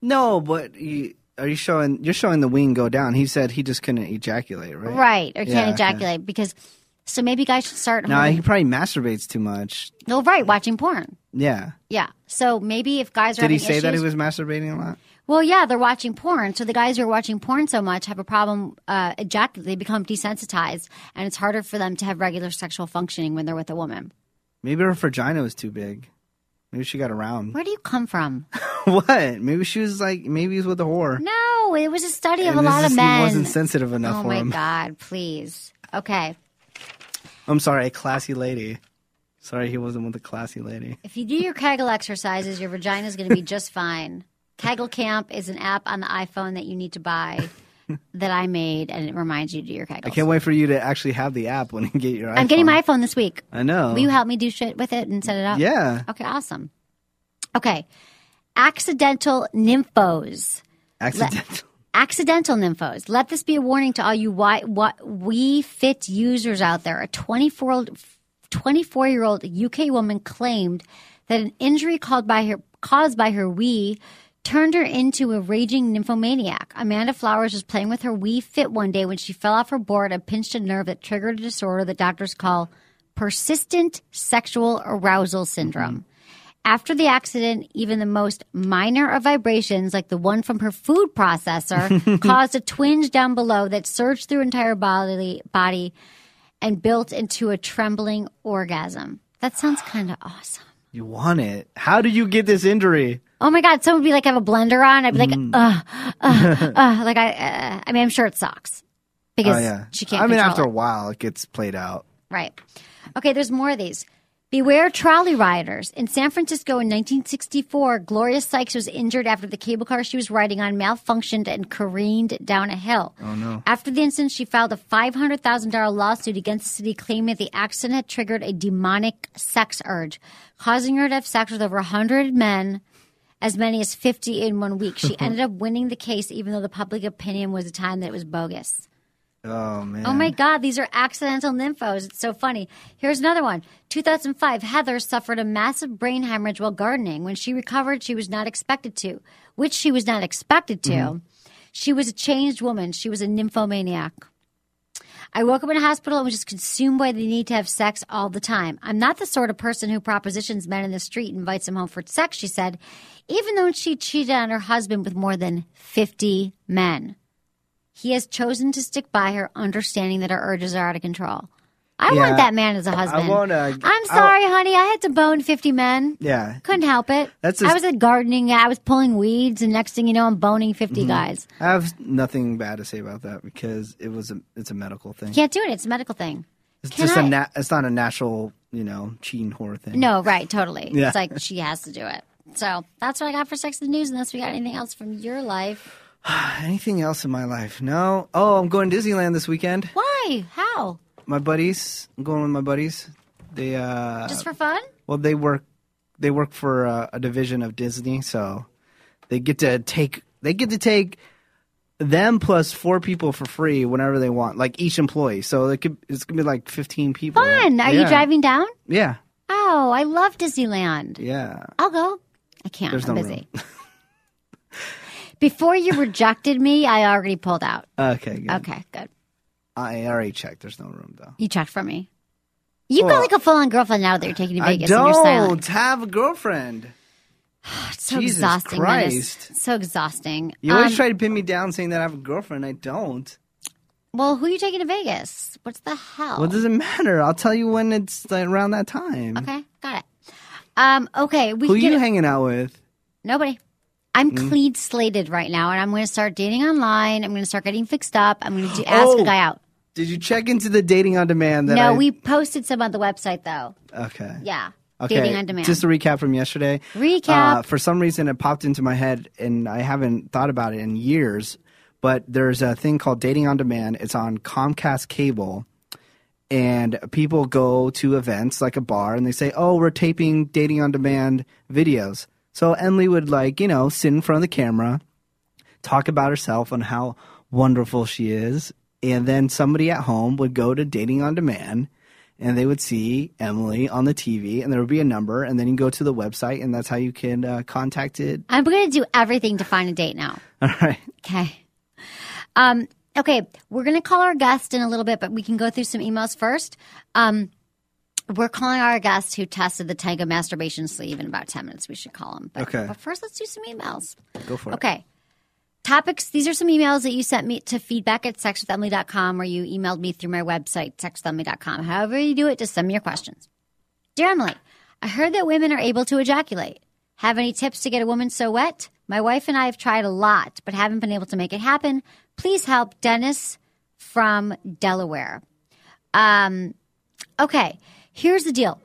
C: No, but you, are you showing? You're showing the wing go down. He said he just couldn't ejaculate, right?
K: Right.
C: Yeah,
K: Or
C: okay.
K: can't ejaculate because, so maybe guys should start,
C: No,
K: home-
C: he probably masturbates too much.
K: no, right, watching porn.
C: Yeah.
K: Yeah. So maybe if guys are
C: Did he
K: having
C: say that he was
K: issues-
C: masturbating a lot?
K: Well, yeah, they're watching porn. So the guys who are watching porn so much have a problem uh, ejaculating. They become desensitized, and it's harder for them to have regular sexual functioning when they're with a woman.
C: Maybe her vagina was too big. Maybe she got around.
K: Where do you come from?
C: what? Maybe she was like, maybe he was with a whore.
K: No, it was a study of
C: And
K: a
C: this
K: lot of
C: just
K: men.
C: wasn't sensitive enough
K: oh
C: for
K: my
C: him.
K: god, please. Okay,
C: I'm sorry, a classy lady. Sorry, he wasn't with a classy lady.
K: if you do your Kegel exercises, your vagina is going to be just fine. Kegel Camp is an app on the iPhone that you need to buy that I made, and it reminds you to do your Kegels.
C: I can't wait for you to actually have the app when you get your.
K: I'm getting my iPhone this week.
C: I know.
K: Will you help me do shit with it and set it up?
C: Yeah.
K: Okay, awesome. Okay. Accidental nymphos.
C: Accidental.
K: Accidental nymphos. Let this be a warning to all you why, what we fit users out there. A 24 old 24 year old UK woman claimed that an injury caused by her caused by her Wii turned her into a raging nymphomaniac. Amanda Flowers was playing with her Wii Fit one day when she fell off her board and pinched a nerve that triggered a disorder that doctors call persistent sexual arousal syndrome. After the accident, even the most minor of vibrations, like the one from her food processor, caused a twinge down below that surged through her entire body, body and built into a trembling orgasm. That sounds kind of awesome.
C: You want it? How did you get this injury?
K: Oh my God, someone would be like, have a blender on. I'd be like,
C: Mm.
K: ugh, ugh, ugh. Like, I, uh, I mean, I'm sure it sucks because
C: oh yeah,
K: she can't
C: I mean,
K: control
C: after
K: it.
C: a while, it gets played out.
K: Right. Okay, there's more of these. Beware trolley riders. In San Francisco in 1964, Gloria Sykes was injured after the cable car she was riding on malfunctioned and careened down a hill. Oh, no. After the incident, she filed a $500,000 lawsuit against the city claiming that the accident had triggered a demonic sex urge, causing her to have sex with over 100 men as many as 50 in one week. She ended up winning the case, even though the public opinion was at the time that it was bogus.
C: Oh man.
K: Oh my God, these are accidental nymphos. It's so funny. Here's another one. 2005, Heather suffered a massive brain hemorrhage while gardening. When she recovered, she was not expected to, which she was not expected to. She was a changed woman. She was a nymphomaniac. I woke up in a hospital and was just consumed by the need to have sex all the time. I'm not the sort of person who propositions men in the street and invites them home for sex, she said, even though she cheated on her husband with more than 50 men. He has chosen to stick by her, understanding that her urges are out of control. I
C: Yeah.
K: want that man as a husband.
C: won't, uh,
K: I'm
C: I-
K: sorry, honey. I had to bone 50 men.
C: Yeah.
K: Couldn't help it.
C: That's
K: I
C: just-
K: was at gardening. I was pulling weeds, and next thing you know, I'm boning 50
C: Mm-hmm.
K: guys.
C: I have nothing bad to say about that because it was a, it's a medical thing.
K: Can't do it. It's a medical thing.
C: it's
K: can
C: just a
K: I-
C: na- it's not a natural, you know, cheating whore thing.
K: No, right, totally.
C: Yeah.
K: It's like she has to do it. So that's what I got for Sex and the News, unless we got anything else from your life.
C: Anything else in my life? No. Oh, I'm going to Disneyland this weekend.
K: Why? How?
C: My buddies, I'm going with my buddies. They uh
K: Just for fun?
C: well they work they work for uh, a division of Disney, so they get to take they get to take them plus four people for free whenever they want, like each employee. So it could it's gonna be like fifteen people.
K: Fun. Are you
C: Uh, Yeah.
K: driving down?
C: Yeah,
K: Oh, I love Disneyland.
C: yeah.
K: I'll go. I can't.
C: There's
K: I'm
C: no
K: busy. Before you rejected me, I already pulled out.
C: Okay, good.
K: Okay, good.
C: I already checked. There's no room though.
K: You checked for me. You've got
C: Well,
K: like a full on girlfriend now that you're taking to
C: I
K: Vegas and you're silent.
C: don't have a girlfriend.
K: It's so
C: Jesus
K: exhausting. that is.
C: Christ.
K: It's so exhausting.
C: You always
K: Um,
C: try to pin me down saying that I have a girlfriend. I don't.
K: Well, who are you taking to Vegas? What's the hell?
C: What does it matter? I'll tell you when it's like, around that time.
K: Oh. okay, got it. Um, okay, we
C: Who
K: can get
C: you Mm.
K: it-
C: hanging out with?
K: nobody. I'm clean slated right now, and I'm going to start dating online. I'm going to start getting fixed up. I'm going to do, ask
C: Oh,
K: a guy out.
C: Did you check into the dating on demand? That
K: No,
C: I-
K: we posted some on the website though.
C: okay.
K: Yeah,
C: Okay,
K: Dating on demand.
C: Just a recap from yesterday.
K: Recap.
C: Uh, for some reason, it popped into my head, and I haven't thought about it in years. But there's a thing called Dating on Demand. It's on Comcast Cable, and people go to events like a bar, and they say, "Oh, we're taping Dating on Demand videos." So Emily would like, you know, sit in front of the camera, talk about herself and how wonderful she is, and then somebody at home would go to Dating on Demand and they would see Emily on the TV, and there would be a number, and then you go to the website, and that's how you can uh, contact it.
K: I'm going to do everything to find a date now.
C: All right.
K: Okay. Um, okay, we're going to call our guest in a little bit, but we can go through some emails first. Um, we're calling our guest who tested the Tango masturbation sleeve in about 10 minutes. We should call him. But,
C: Okay.
K: but first, let's do some emails.
C: Go for it.
K: Okay. Topics. These are some emails that you sent me to feedback at sexwithemily.com or you emailed me through my website, sexwithemily.com. However you do it, just send me your questions. Dear Emily, I heard that women are able to ejaculate. Have any tips to get a woman so wet? My wife and I have tried a lot, but haven't been able to make it happen. Please help Dennis from Delaware. Um, okay, here's the deal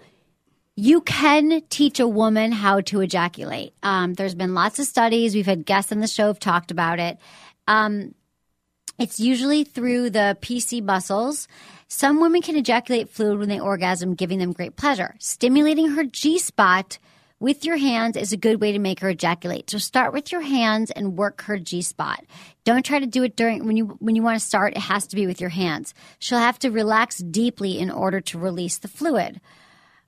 K: you can teach a woman how to ejaculate. Um, there's been lots of studies. We've had guests on the show have talked about it. Um, it's usually through the PC muscles. Some women can ejaculate fluid when they orgasm, giving them great pleasure. Stimulating her G spot with your hands is a good way to make her ejaculate. So start with your hands and work her G spot. Don't try to do it during when you when you want to start. It has to be with your hands. She'll have to relax deeply in order to release the fluid.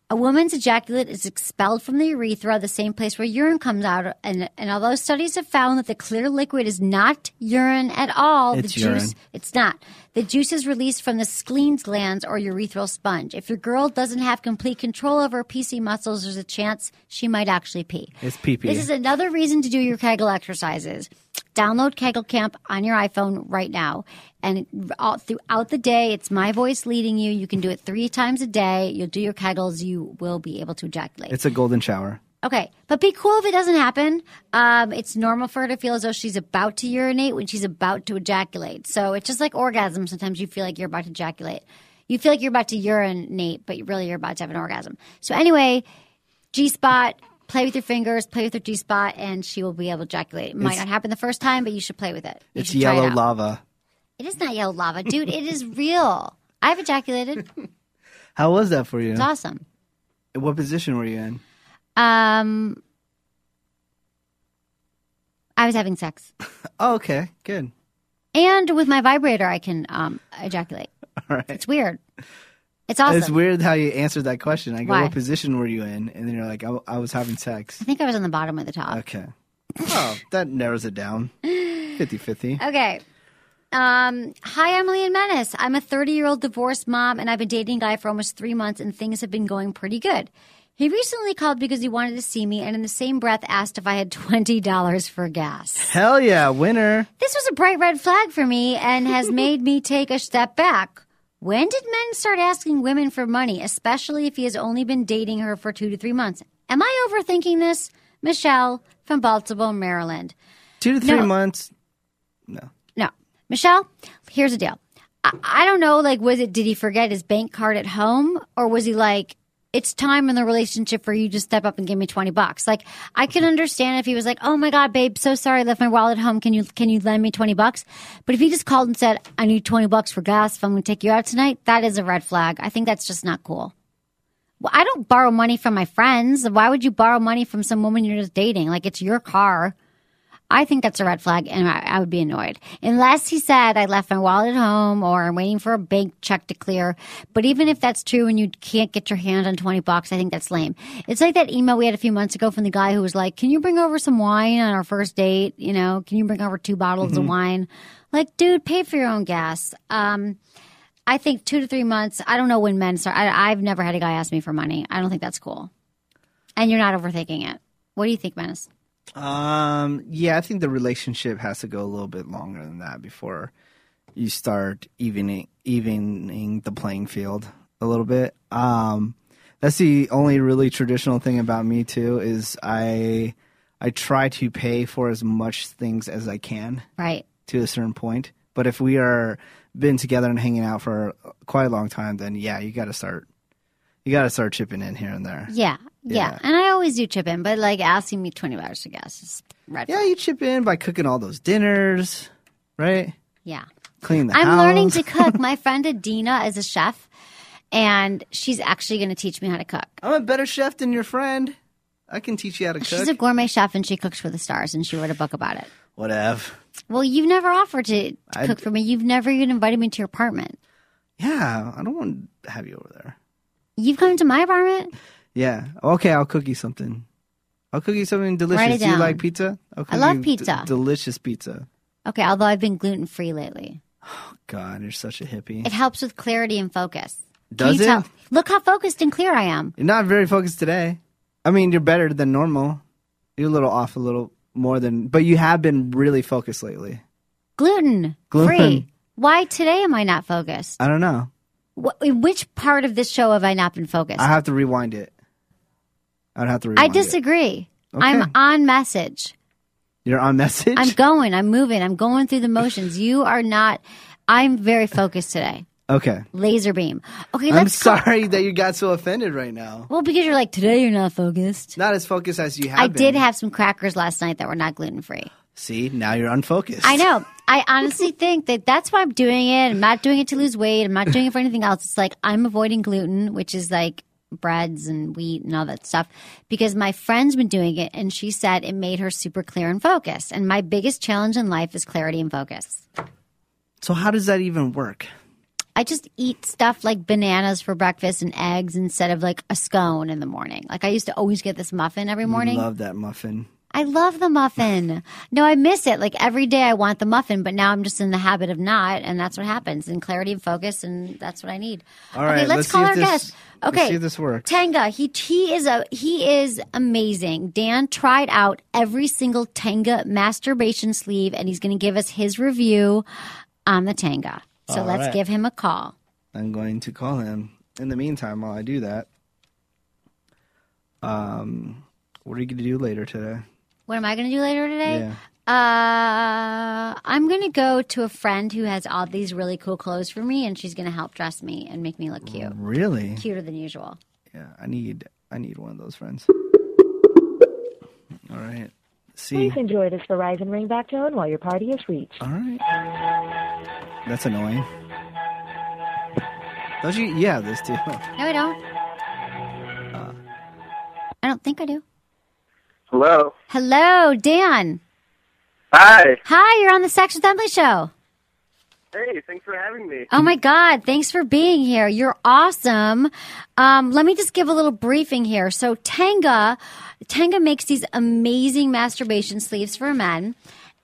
K: A woman's ejaculate is expelled from the urethra, the same place where urine comes out. And, and although studies have found that the clear liquid is not urine at all,
C: It's
K: the
C: urine.
K: juice it's not. The juice is released from the Skleen's glands or urethral sponge. If your girl doesn't have complete control over her PC muscles, there's a chance she might actually pee.
C: It's pee-pee.
K: This is another reason to do your Kegel exercises. Download Kegel Camp on your iPhone right now. And all, throughout the day, it's my voice leading you. You can do it three times a day. You'll do your Kegels. You will be able to ejaculate.
C: It's a golden shower.
K: Okay, but be cool if it doesn't happen. Um, it's normal for her to feel as though she's about to urinate when she's about to ejaculate. So it's just like orgasm. Sometimes you feel like you're about to ejaculate. You feel like you're about to urinate, but really you're about to have an orgasm. So anyway, G spot. Play with your fingers. Play with your G spot, and she will be able to ejaculate. It might not happen the first time, but you should play with it. You
C: It's
K: should try it
C: yellow
K: out.
C: lava.
K: It is not yellow lava, dude. it is real. I've ejaculated. It's
C: How was that for you?
K: awesome.
C: What position were you in?
K: Um, I was having sex.
C: Oh, okay. Good.
K: And with my vibrator, I can um, ejaculate.
C: All right.
K: It's weird. It's awesome.
C: It's weird how you answered that question. I go,
K: Why?
C: what position were you in? And then you're like, I, I was having sex.
K: I think I was on the bottom of the top.
C: Okay. Oh, that narrows it down. 50 50.
K: Okay. Um, hi, Emily and Menace. I'm a 30 year old divorced mom, and I've been dating a guy for almost three months, and things have been going pretty good. He recently called because he wanted to see me, and in the same breath, asked if I had $20 for gas.
C: Hell yeah, winner.
K: This was a bright red flag for me and has made me take a step back. When did men start asking women for money, especially if he has only been dating her for two to three months? Am I overthinking this? Michelle from Baltimore, Maryland.
C: Two to three
K: No.
C: months.
K: No. Michelle, here's the deal. I, I don't know, like, was it, did he forget his bank card at home? Or was he like, it's time in the relationship for you to step up and give me 20 bucks? Like, I can understand if he was like, oh my God, babe, so sorry, I left my wallet at home. Can you, can you lend me 20 bucks? But if he just called and said, I need 20 bucks for gas if I'm going to take you out tonight, that is a red flag. I think that's just not cool. Well, I don't borrow money from my friends. Why would you borrow money from some woman you're just dating? Like, it's your car. I think that's a red flag, and I, I would be annoyed. Unless he said, I left my wallet at home or I'm waiting for a bank check to clear. But even if that's true and you can't get your hand on 20 bucks, I think that's lame. It's like that email we had a few months ago from the guy who was like, Can you bring over some wine on our first date? You know, can you bring over two bottles of wine? Like, dude, pay for your own gas. Um, I think two to three months. I don't know when men start. I, I've never had a guy ask me for money. I don't think that's cool. And you're not overthinking it. What do you think, Menace?
C: Um, yeah, I think the relationship has to go a little bit longer than that before you start evening evening the playing field a little bit. Um, that's the only really traditional thing about me too is I I try to pay for as much things as I can
K: Right.
C: to a certain point. But if we are been together and hanging out for quite a long time, then yeah, you got to start you got to start chipping in here and there.
K: Yeah, Yeah. And I always do chip in, but like asking me twenty dollars for gas is red.
C: Yeah,
K: flag.
C: you chip in by cooking all those dinners, right?
K: yeah.
C: Clean the
K: I'm
C: house.
K: learning to cook. My friend Adina is a chef, and she's actually going to teach me how to cook.
C: I'm a better chef than your friend. I can teach you how to
K: She's
C: cook.
K: a gourmet chef, and she cooks for the stars, and she wrote a book about it.
C: Whatever.
K: Well, you've never offered to, to
C: I-
K: cook for me. You've never even invited me to your apartment.
C: Yeah, I don't want to have you over there.
K: You've come to my apartment.
C: Yeah. Okay, I'll cook you something. I'll cook you something
K: Write
C: delicious.
K: it
C: Do you
K: down.
C: like pizza? I'll cook
K: love
C: you
K: pizza.
C: delicious pizza.
K: Okay, although I've been gluten free lately,
C: God, you're such a hippie.
K: it helps with clarity and focus. Can
C: Does it?
K: you tell- Look how focused and clear I am.
C: You're not very focused today. I mean, you're better than normal. You're a little off, a little more than, but you have been really focused lately.
K: Gluten,
C: Gluten.
K: free. Why today am I not focused?
C: I don't know.
K: Wh- in which part of this show have I not been focused?
C: I have to rewind it. I'd have to
K: I
C: rewind. It.
K: disagree. I'm
C: Okay.
K: on message.
C: You're on message.
K: I'm going. I'm moving. I'm going through the motions. You are not. I'm very focused today.
C: okay.
K: Laser beam. Okay,
C: I'm
K: let's.
C: sorry that you got so offended right now.
K: well, because you're like today, you're not focused.
C: Not as focused as you have.
K: I
C: been.
K: did have some crackers last night that were not gluten free.
C: See, now you're unfocused.
K: I know. I honestly think that that's why I'm doing it. I'm not doing it to lose weight. I'm not doing it for anything else. It's like I'm avoiding gluten, which is like breads and wheat and all that stuff, because my friend's been doing it and she said it made her super clear and focused. And my biggest challenge in life is clarity and focus.
C: So how does that even work?
K: I just eat stuff like bananas for breakfast and eggs instead of like a scone in the morning. Like I used to always get this muffin every morning.
C: Love that muffin.
K: I love the muffin. no, I miss it. Like every day I want the muffin, but now I'm just in the habit of not, and that's what happens. And clarity and focus, and that's what I need.
C: All
K: okay,
C: right,
K: let's,
C: let's see
K: call
C: if
K: our
C: this-
K: guest.
C: let's
K: Okay.
C: see if this works.
K: Tanga, he he is a he is amazing. Dan tried out every single Tanga masturbation sleeve and he's gonna give us his review on the Tanga. So
C: All
K: let's
C: right.
K: give him a call.
C: I'm going to call him. In the meantime, while I do that, um, what are you going to do later today?
K: What am I going to do later today?
C: Yeah.
K: Uh, I'm going to go to a friend who has all these really cool clothes for me, and she's going to help dress me and make me look cute.
C: Really?
K: Cuter than usual.
C: Yeah, I need I need one of those friends. All right. See.
F: Enjoy this Verizon ringback tone while your party is reached.
C: All right. That's annoying. Don't you? Yeah, this too.
K: No, I don't. I don't think I do.
B: Hello.
K: Hello, Dan.
B: Hi.
K: Hi, you're on the Sex with Emily show.
B: Hey, thanks for having me.
K: Oh my God, thanks for being here. You're awesome. Um, let me just give a little briefing here. So, Tanga, Tanga makes these amazing masturbation sleeves for men.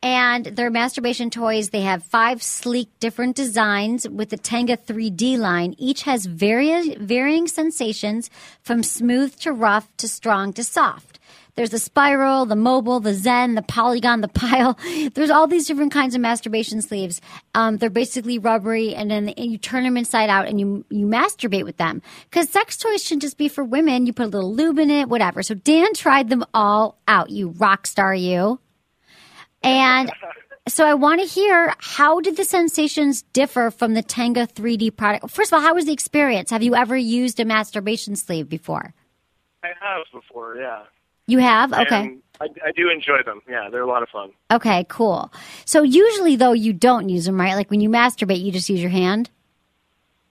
K: And their masturbation toys, they have five sleek different designs with the Tanga 3D line. Each has vari- varying sensations from smooth to rough to strong to soft. There's the spiral, the mobile, the zen, the polygon, the pile. There's all these different kinds of masturbation sleeves. Um, they're basically rubbery, and then and you turn them inside out and you you masturbate with them. Because sex toys should just be for women. You put a little lube in it, whatever. So Dan tried them all out. You rock star, you. And so I want to hear how did the sensations differ from the Tenga 3D product? First of all, how was the experience? Have you ever used a masturbation sleeve before?
B: I have before, yeah.
K: You have? Okay.
B: And I, I do enjoy them. Yeah, they're a lot of fun.
K: Okay, cool. So usually though you don't use them, right? Like when you masturbate, you just use your hand?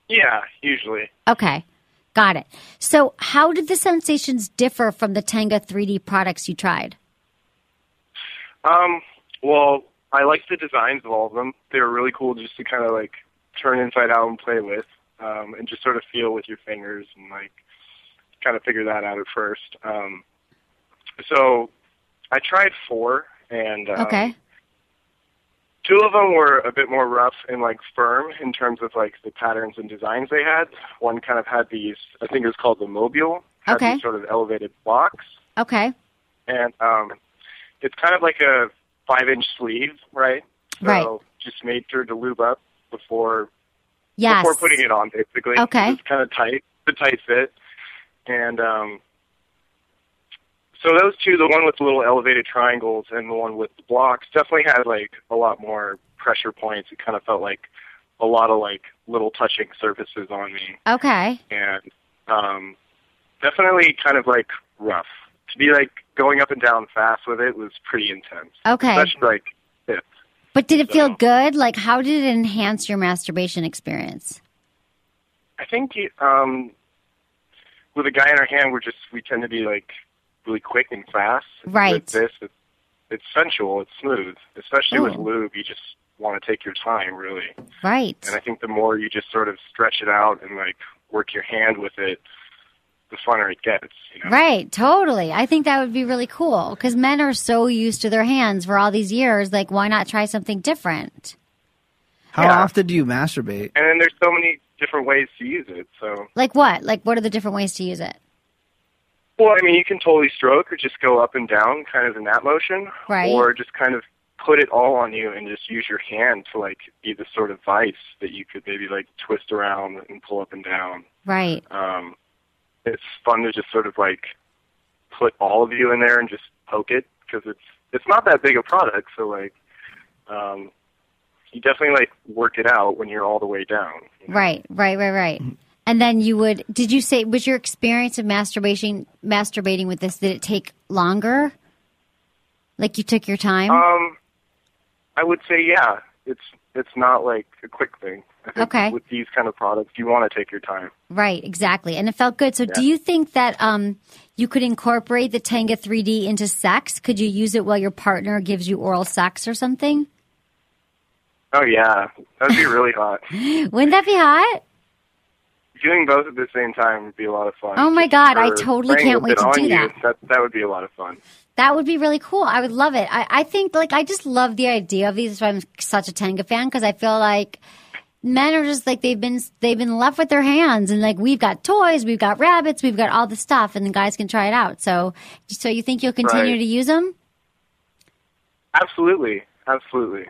B: Yeah, usually.
K: Okay. Got it. So how did the sensations differ from the Tenga 3D products you tried?
B: Um, well, I like the designs of all of them. They were really cool just to kind of like turn inside out and play with, um, and just sort of feel with your fingers and like kind of figure that out at first. Um, so I tried four, and um,
K: Okay.
B: two of them were a bit more rough and like firm in terms of like the patterns and designs they had. One kind of had these, I think it was called the mobile, had
K: Okay.
B: these sort of elevated blocks
K: Okay.
B: and um, it's kind of like a five-inch sleeve, right? So
K: Right.
B: just made sure to lube up before
K: Yes.
B: before putting it on, basically.
K: Okay.
B: It's kind of tight, the tight fit, and um, so those two, the one with the little elevated triangles and the one with the blocks, definitely had like a lot more pressure points. It kind of felt like a lot of like little touching surfaces on me
K: Okay.
B: and um, definitely kind of like rough. To be like going up and down fast with it was pretty intense.
K: Okay.
B: Especially like it.
K: But did it feel
B: So-
K: good? Like, how did it enhance your masturbation experience?
B: I think um, with a guy in our hand, we're just we tend to be like really quick and fast.
K: Right.
B: With this, it's, it's sensual. It's smooth. Especially with
K: Ooh.
B: lube, you just want to take your time, really.
K: Right.
B: And I think the more you just sort of stretch it out and like work your hand with it, the funner it gets. You know?
K: Right, totally. I think that would be really cool because men are so used to their hands for all these years. Like, why not try something different?
C: How
B: Yeah.
C: often do you masturbate?
B: And then there's so many different ways to use it. So,
K: Like, what? Like, what are the different ways to use it?
B: well, I mean, you can totally stroke or just go up and down, kind of in that motion,
K: Right.
B: or just kind of put it all on you and just use your hand to like be the sort of vice that you could maybe like twist around and pull up and down.
K: Right.
B: Um, it's fun to just sort of like put all of you in there and just poke it because it's it's not that big a product. So like, um, you definitely like work it out when you're all the way down. you know?
K: Right, right, right, right. And then you would, did you say, was your experience of masturbation, masturbating with this, did it take longer? Like, you took your time?
B: Um, I would say yeah. It's it's not like a quick thing. I think
K: Okay.
B: With these kind of products, you want to take your time.
K: Right, exactly. And it felt good. So, do you think that um, you could incorporate the Tenga 3D into sex? Could you use it while your partner gives you oral sex or something?
B: Oh yeah, that'd be really hot.
K: Wouldn't that be hot?
B: Doing both at the same time would be a lot of fun.
K: Oh, my
B: Just
K: God, I
B: her
K: totally
B: playing
K: can't
B: with
K: wait
B: it
K: to
B: on
K: do
B: you,
K: that.
B: That that would be a lot of fun.
K: That would be really cool. I would love it. I, I think, like, I just love the idea of these. That's why I'm such a Tenga fan because I feel like men are just like they've been they've been left with their hands and like we've got toys, we've got rabbits, we've got all the stuff, and the guys can try it out. So, so you think you'll continue
B: Right.
K: to use them?
B: Absolutely, absolutely.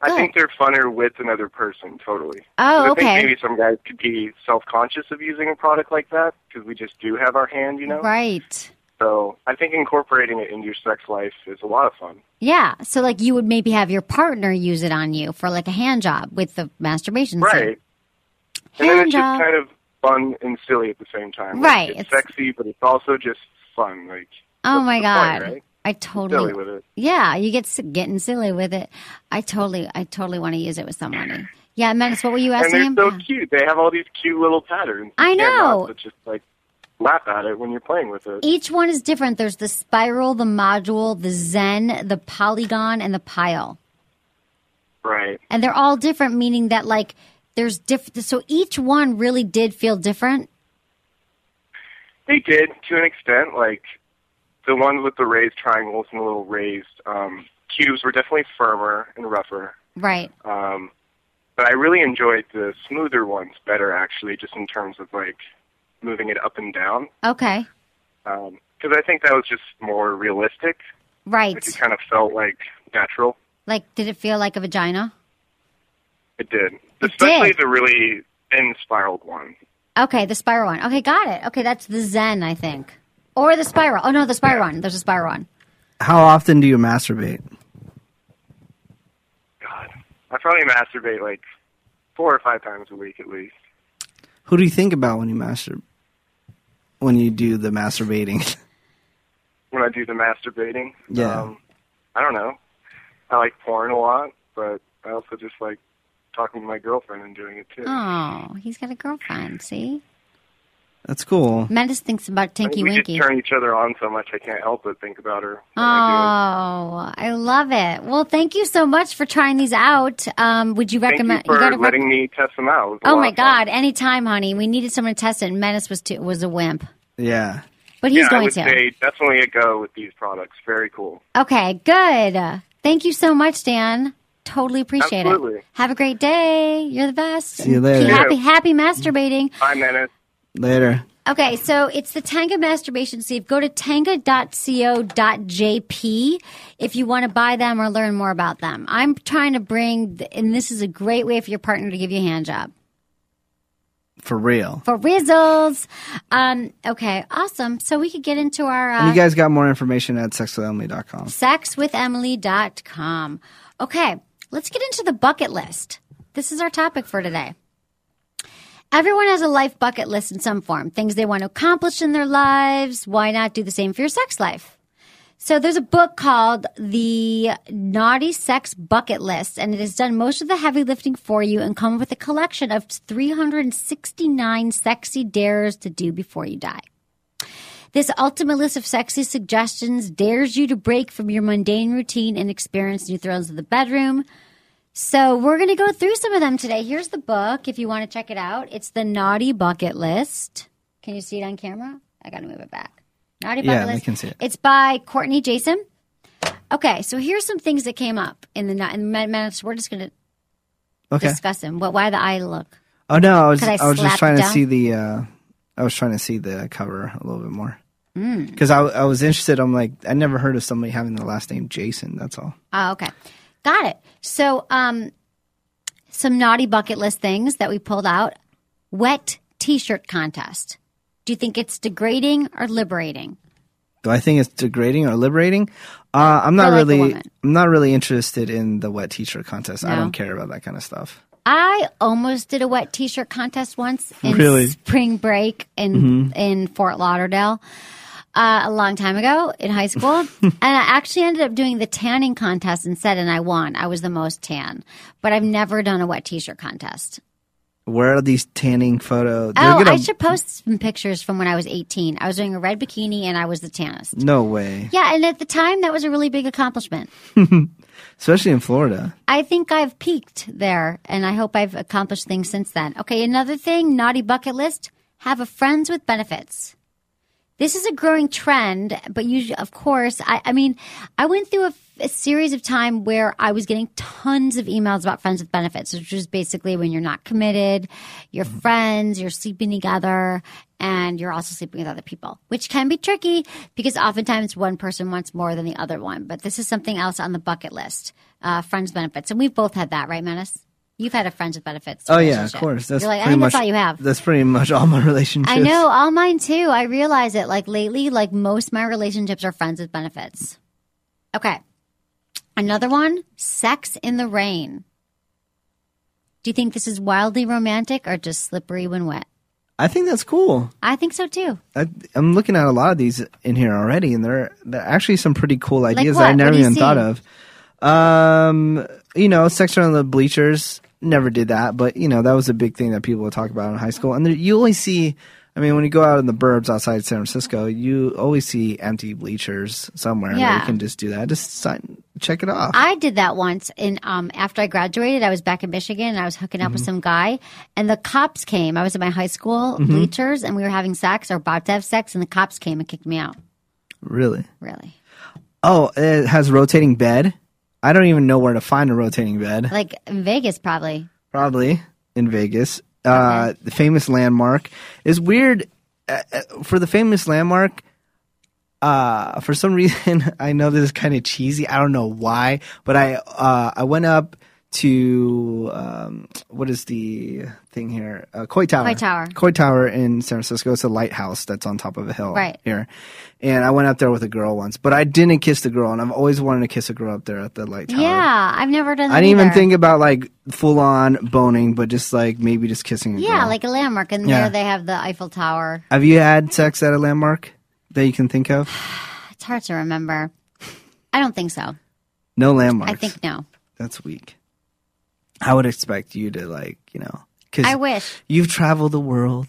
B: I
K: Good.
B: think they're funner with another person. Totally.
K: Oh,
B: 'Cause I
K: okay.
B: think maybe some guys could be self-conscious of using a product like that because we just do have our hand, you know.
K: Right.
B: So I think incorporating it into your sex life is a lot of fun.
K: Yeah. So like you would maybe have your partner use it on you for like a hand job with the masturbation. scene.
B: Right. And then
K: Hand
B: it's
K: job.
B: just kind of fun and silly at the same time. Like,
K: Right,
B: It's,
K: it's-
B: sexy, but it's also just fun. Like
K: Oh my
B: that's
K: god.
B: the point, right?
K: I totally.
B: silly with it.
K: Yeah, you get s- getting silly with it. I totally, I totally want to use it with somebody. Yeah, Menace, what were you asking
B: and
K: him?
B: they're so cute. They have all these cute little patterns.
K: I
B: You can't
K: know.
B: help But just like laugh at it when you're playing with it.
K: Each one is different. There's the spiral, the module, the zen, the polygon, and the pile.
B: Right.
K: and they're all different meaning that like there's different so each one really did feel different
B: They did to an extent. Like the ones with the raised triangles and the little raised um, cubes were definitely firmer and rougher.
K: right
B: Um, but I really enjoyed the smoother ones better, actually, just in terms of like moving it up and down.
K: okay
B: because I think that was just more realistic. Like it
K: right
B: kind of felt like natural.
K: like did it feel like a vagina
B: It did,
K: It
B: especially
K: did.
B: the really thin spiraled one.
K: okay the spiral one okay got it okay that's the zen i think or the spiral oh no the spiral one there's a spiral one
C: How often do you masturbate?
B: God, I probably masturbate like four or five times a week at least.
C: Who do you think about when you masturbate? When you do the masturbating?
B: When I do the masturbating,
C: Yeah.
B: Um, I don't know. I like porn a lot, but I also just like talking to my girlfriend and doing it too.
K: oh he's got a girlfriend see
C: That's cool.
K: menace thinks about
B: I
K: tinky
B: think we
K: winky
B: just turn each other on so much. I can't help but think about her.
K: Oh,
B: when I
K: I love it. Well, thank you so much for trying these out. Um, would you
B: do it. Thank you
K: recommend?
B: for
K: gotta rec-
B: letting me test them out. It was a
K: Oh
B: lot
K: my
B: of fun.
K: God! Anytime, honey. We needed someone to test it, and Menace was too, was a wimp,
C: Yeah.
K: but he's
B: yeah, I
K: going
B: would
K: to.
B: say definitely a go with these products. Very cool.
K: Okay, good. Thank you so much, Dan. Totally appreciate
B: Absolutely.
K: it. Have a great day. You're the best.
C: See you later.
K: Happy, happy masturbating.
B: Bye, Menace.
C: Later.
K: Okay, so it's the Tanga Masturbation Sleeve. Go to tanga.co.jp if you want to buy them or learn more about them. I'm trying to bring, and this is a great way for your partner to give you a hand job.
C: For real.
K: For Rizzles. Um, okay, awesome. So we could get into our. Uh,
C: And you guys got more information at sexwithemily.com.
K: sexwithemily.com. Okay, let's get into the bucket list. This is our topic for today. Everyone has a life bucket list in some form, things they want to accomplish in their lives. Why not do the same for your sex life? So there's a book called The Naughty Sex Bucket List, and it has done most of the heavy lifting for you and come with a collection of 369 sexy dares to do before you die. This ultimate list of sexy suggestions dares you to break from your mundane routine and experience new thrones of the bedroom. So we're going to go through some of them today. Here's the book if you want to check it out. It's the Naughty Bucket List. Can you see it on camera? I got to move it back. Naughty Bucket
C: Yeah,
K: List.
C: we can see it.
K: It's by Courtney Jason. Okay, so here's some things that came up in the in the minutes. We're just going to
C: Okay.
K: discuss them. What, why the eye look?
C: Oh no, I was
K: Could I
C: I, was
K: slap
C: just trying to
K: down?
C: see the uh, I was trying to see the cover a little bit more
K: Hmm.
C: because I I was interested. I'm like I never heard of somebody having the last name Jason. That's all.
K: Oh, okay. Got it. So, um, some naughty bucket list things that we pulled out. Wet t shirt contest. Do you think it's degrading or liberating?
C: Do I think it's degrading or liberating? Uh, I'm not
K: For, like, a
C: really
K: woman.
C: I'm not really interested in the wet t-shirt contest. I
K: No?
C: don't care about that kind of stuff.
K: I almost did a wet t shirt contest once in
C: Really?
K: spring break in, in Fort Lauderdale. Uh, a long time ago in high school, and I actually ended up doing the tanning contest instead, and I won. I was the most tan, but I've never done a wet T-shirt contest.
C: Where are these tanning photo? they're
K: Oh,
C: gonna-
K: I should post some pictures from when I was 18. I was wearing a red bikini and I was the tannest.
C: No way,
K: Yeah, and at the time, that was a really big accomplishment.
C: especially in Florida.
K: I think I've peaked there, and I hope I've accomplished things since then. Okay, another thing naughty bucket list have a friends with benefits. This is a growing trend, but you, of course, I, I mean, I went through a, a series of time where I was getting tons of emails about friends with benefits, which is basically when you're not committed, you're
C: Mm-hmm.
K: friends, you're sleeping together, and you're also sleeping with other people, which can be tricky because oftentimes one person wants more than the other one. But this is something else on the bucket list, uh, friends benefits, and we've both had that, right, Menace? You've had a friends with benefits.
C: Oh yeah, of
K: relationship.
C: course. That's
K: you're like, I
C: pretty
K: think
C: much
K: that's all you have.
C: That's pretty much all my relationships.
K: I know, all mine too. I realize it. Like lately, like most of my relationships are friends with benefits. Okay. Another one sex in the rain. Do you think this is wildly romantic or just slippery when wet?
C: I think that's cool.
K: I think so too.
C: I, I'm looking at a lot of these in here already, and there there are actually some pretty cool ideas that I
K: what? What
C: never
K: do you
C: even
K: see?
C: thought of. Um, you know, sex around the bleachers never did that, but you know that was a big thing that people would talk about in high school. And there, you always see, I mean, when you go out in the burbs outside San Francisco, you always see empty bleachers somewhere. where
K: Yeah.
C: you can just do that. Just sign, check it off.
K: I did that once in um after I graduated, I was back in Michigan and I was hooking up
C: Mm-hmm.
K: with some guy and the cops came. I was at my high school bleachers and we were having sex or about to have sex and the cops came and kicked me out.
C: really?
K: Really.
C: Oh, it has rotating bed. I don't even know where to find a rotating bed.
K: Like in Vegas probably.
C: probably in Vegas. Uh, The famous landmark is weird. Uh, uh, for the famous landmark, uh, for some reason, I know this is kind of cheesy. I don't know why, but I uh, I went up to um, what is the thing here? Uh, Coy Tower.
K: Coy Tower.
C: Coy Tower in San Francisco. It's a lighthouse that's on top of a hill
K: Right.
C: here. And I went up there with a girl once, but I didn't kiss the girl, and I've always wanted to kiss a girl up there at the light tower.
K: Oh, Yeah, I've never done that.
C: I didn't even
K: either.
C: think about like full on boning, but just like maybe just kissing. A
K: Yeah,
C: girl.
K: like a landmark, and
C: Yeah.
K: there they have the Eiffel Tower.
C: have you had sex at a landmark that you can think of?
K: It's hard to remember. I don't think so.
C: No landmarks.
K: I think no.
C: that's weak. I would expect you to like you know because
K: I wish.
C: you've traveled the world.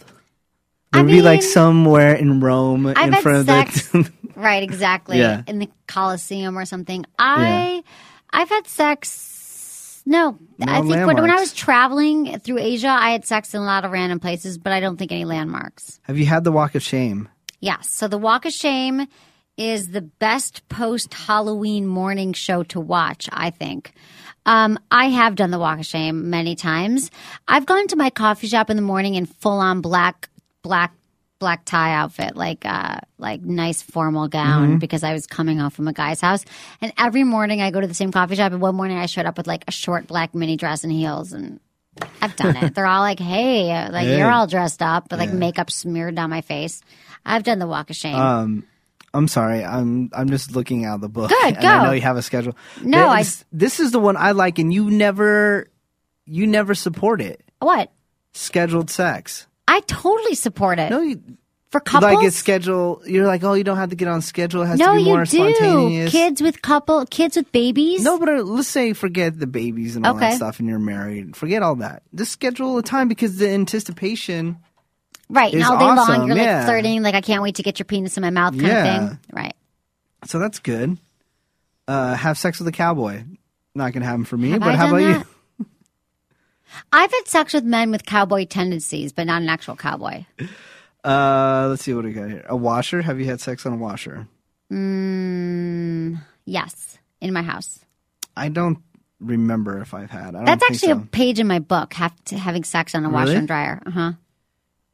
K: I
C: There'd be like
K: mean,
C: somewhere in Rome
K: I've
C: in
K: had
C: front
K: sex,
C: of the.
K: right? Exactly,
C: Yeah.
K: in the Coliseum or something. I, I've had sex. No,
C: No
K: I think when, when I
C: landmarks.
K: was traveling through Asia, I had sex in a lot of random places, but I don't think any landmarks.
C: have you had the walk of shame?
K: Yes. So the Walk of Shame is the best post Halloween morning show to watch, I think. Um, I have done the Walk of Shame many times. I've gone to my coffee shop in the morning in full on black, black, black tie outfit, like uh, like nice formal gown, because I was coming home from a guy's house. And every morning I go to the same coffee shop, and one morning I showed up with like a short black mini dress and heels, and I've done it. They're all like, "Hey, uh, like
C: Hey.
K: you're all dressed up, but like makeup smeared down my face." I've done the walk of shame.
C: Um, I'm sorry. I'm I'm just looking out of the book.
K: Good,
C: and I
K: go.
C: know you have a schedule.
K: No, I-
C: this, this is the one I like, and you never, you never support it.
K: what?
C: scheduled sex.
K: I totally support it
C: No, you
K: for couples.
C: like it's schedule. You're like, oh, you don't have to get on schedule. It has
K: no,
C: to be more
K: you do.
C: spontaneous.
K: Kids with couple, kids with babies.
C: No, but uh, let's say forget the babies and all
K: Okay.
C: that stuff, and you're married. Forget all that. Just schedule a time because the anticipation.
K: right? And
C: it's
K: all day long,
C: awesome,
K: you're
C: yeah.
K: like flirting, like I can't wait to get your penis in my mouth, kind
C: Yeah.
K: of thing. Right?
C: So that's good. Uh, have sex with a cowboy. Not gonna happen for me.
K: Have
C: but
K: I
C: how
K: done
C: about
K: that? I've had sex with men with cowboy tendencies, but not an actual cowboy.
C: you? Uh, let's see what we got here. A washer. Have you had sex on a washer?
K: Mm, yes, in my house.
C: I don't remember if I've had. I don't
K: That's
C: think
K: actually
C: so.
K: a page in my book. Have to, having sex on a washer
C: Really?
K: and dryer. Uh huh.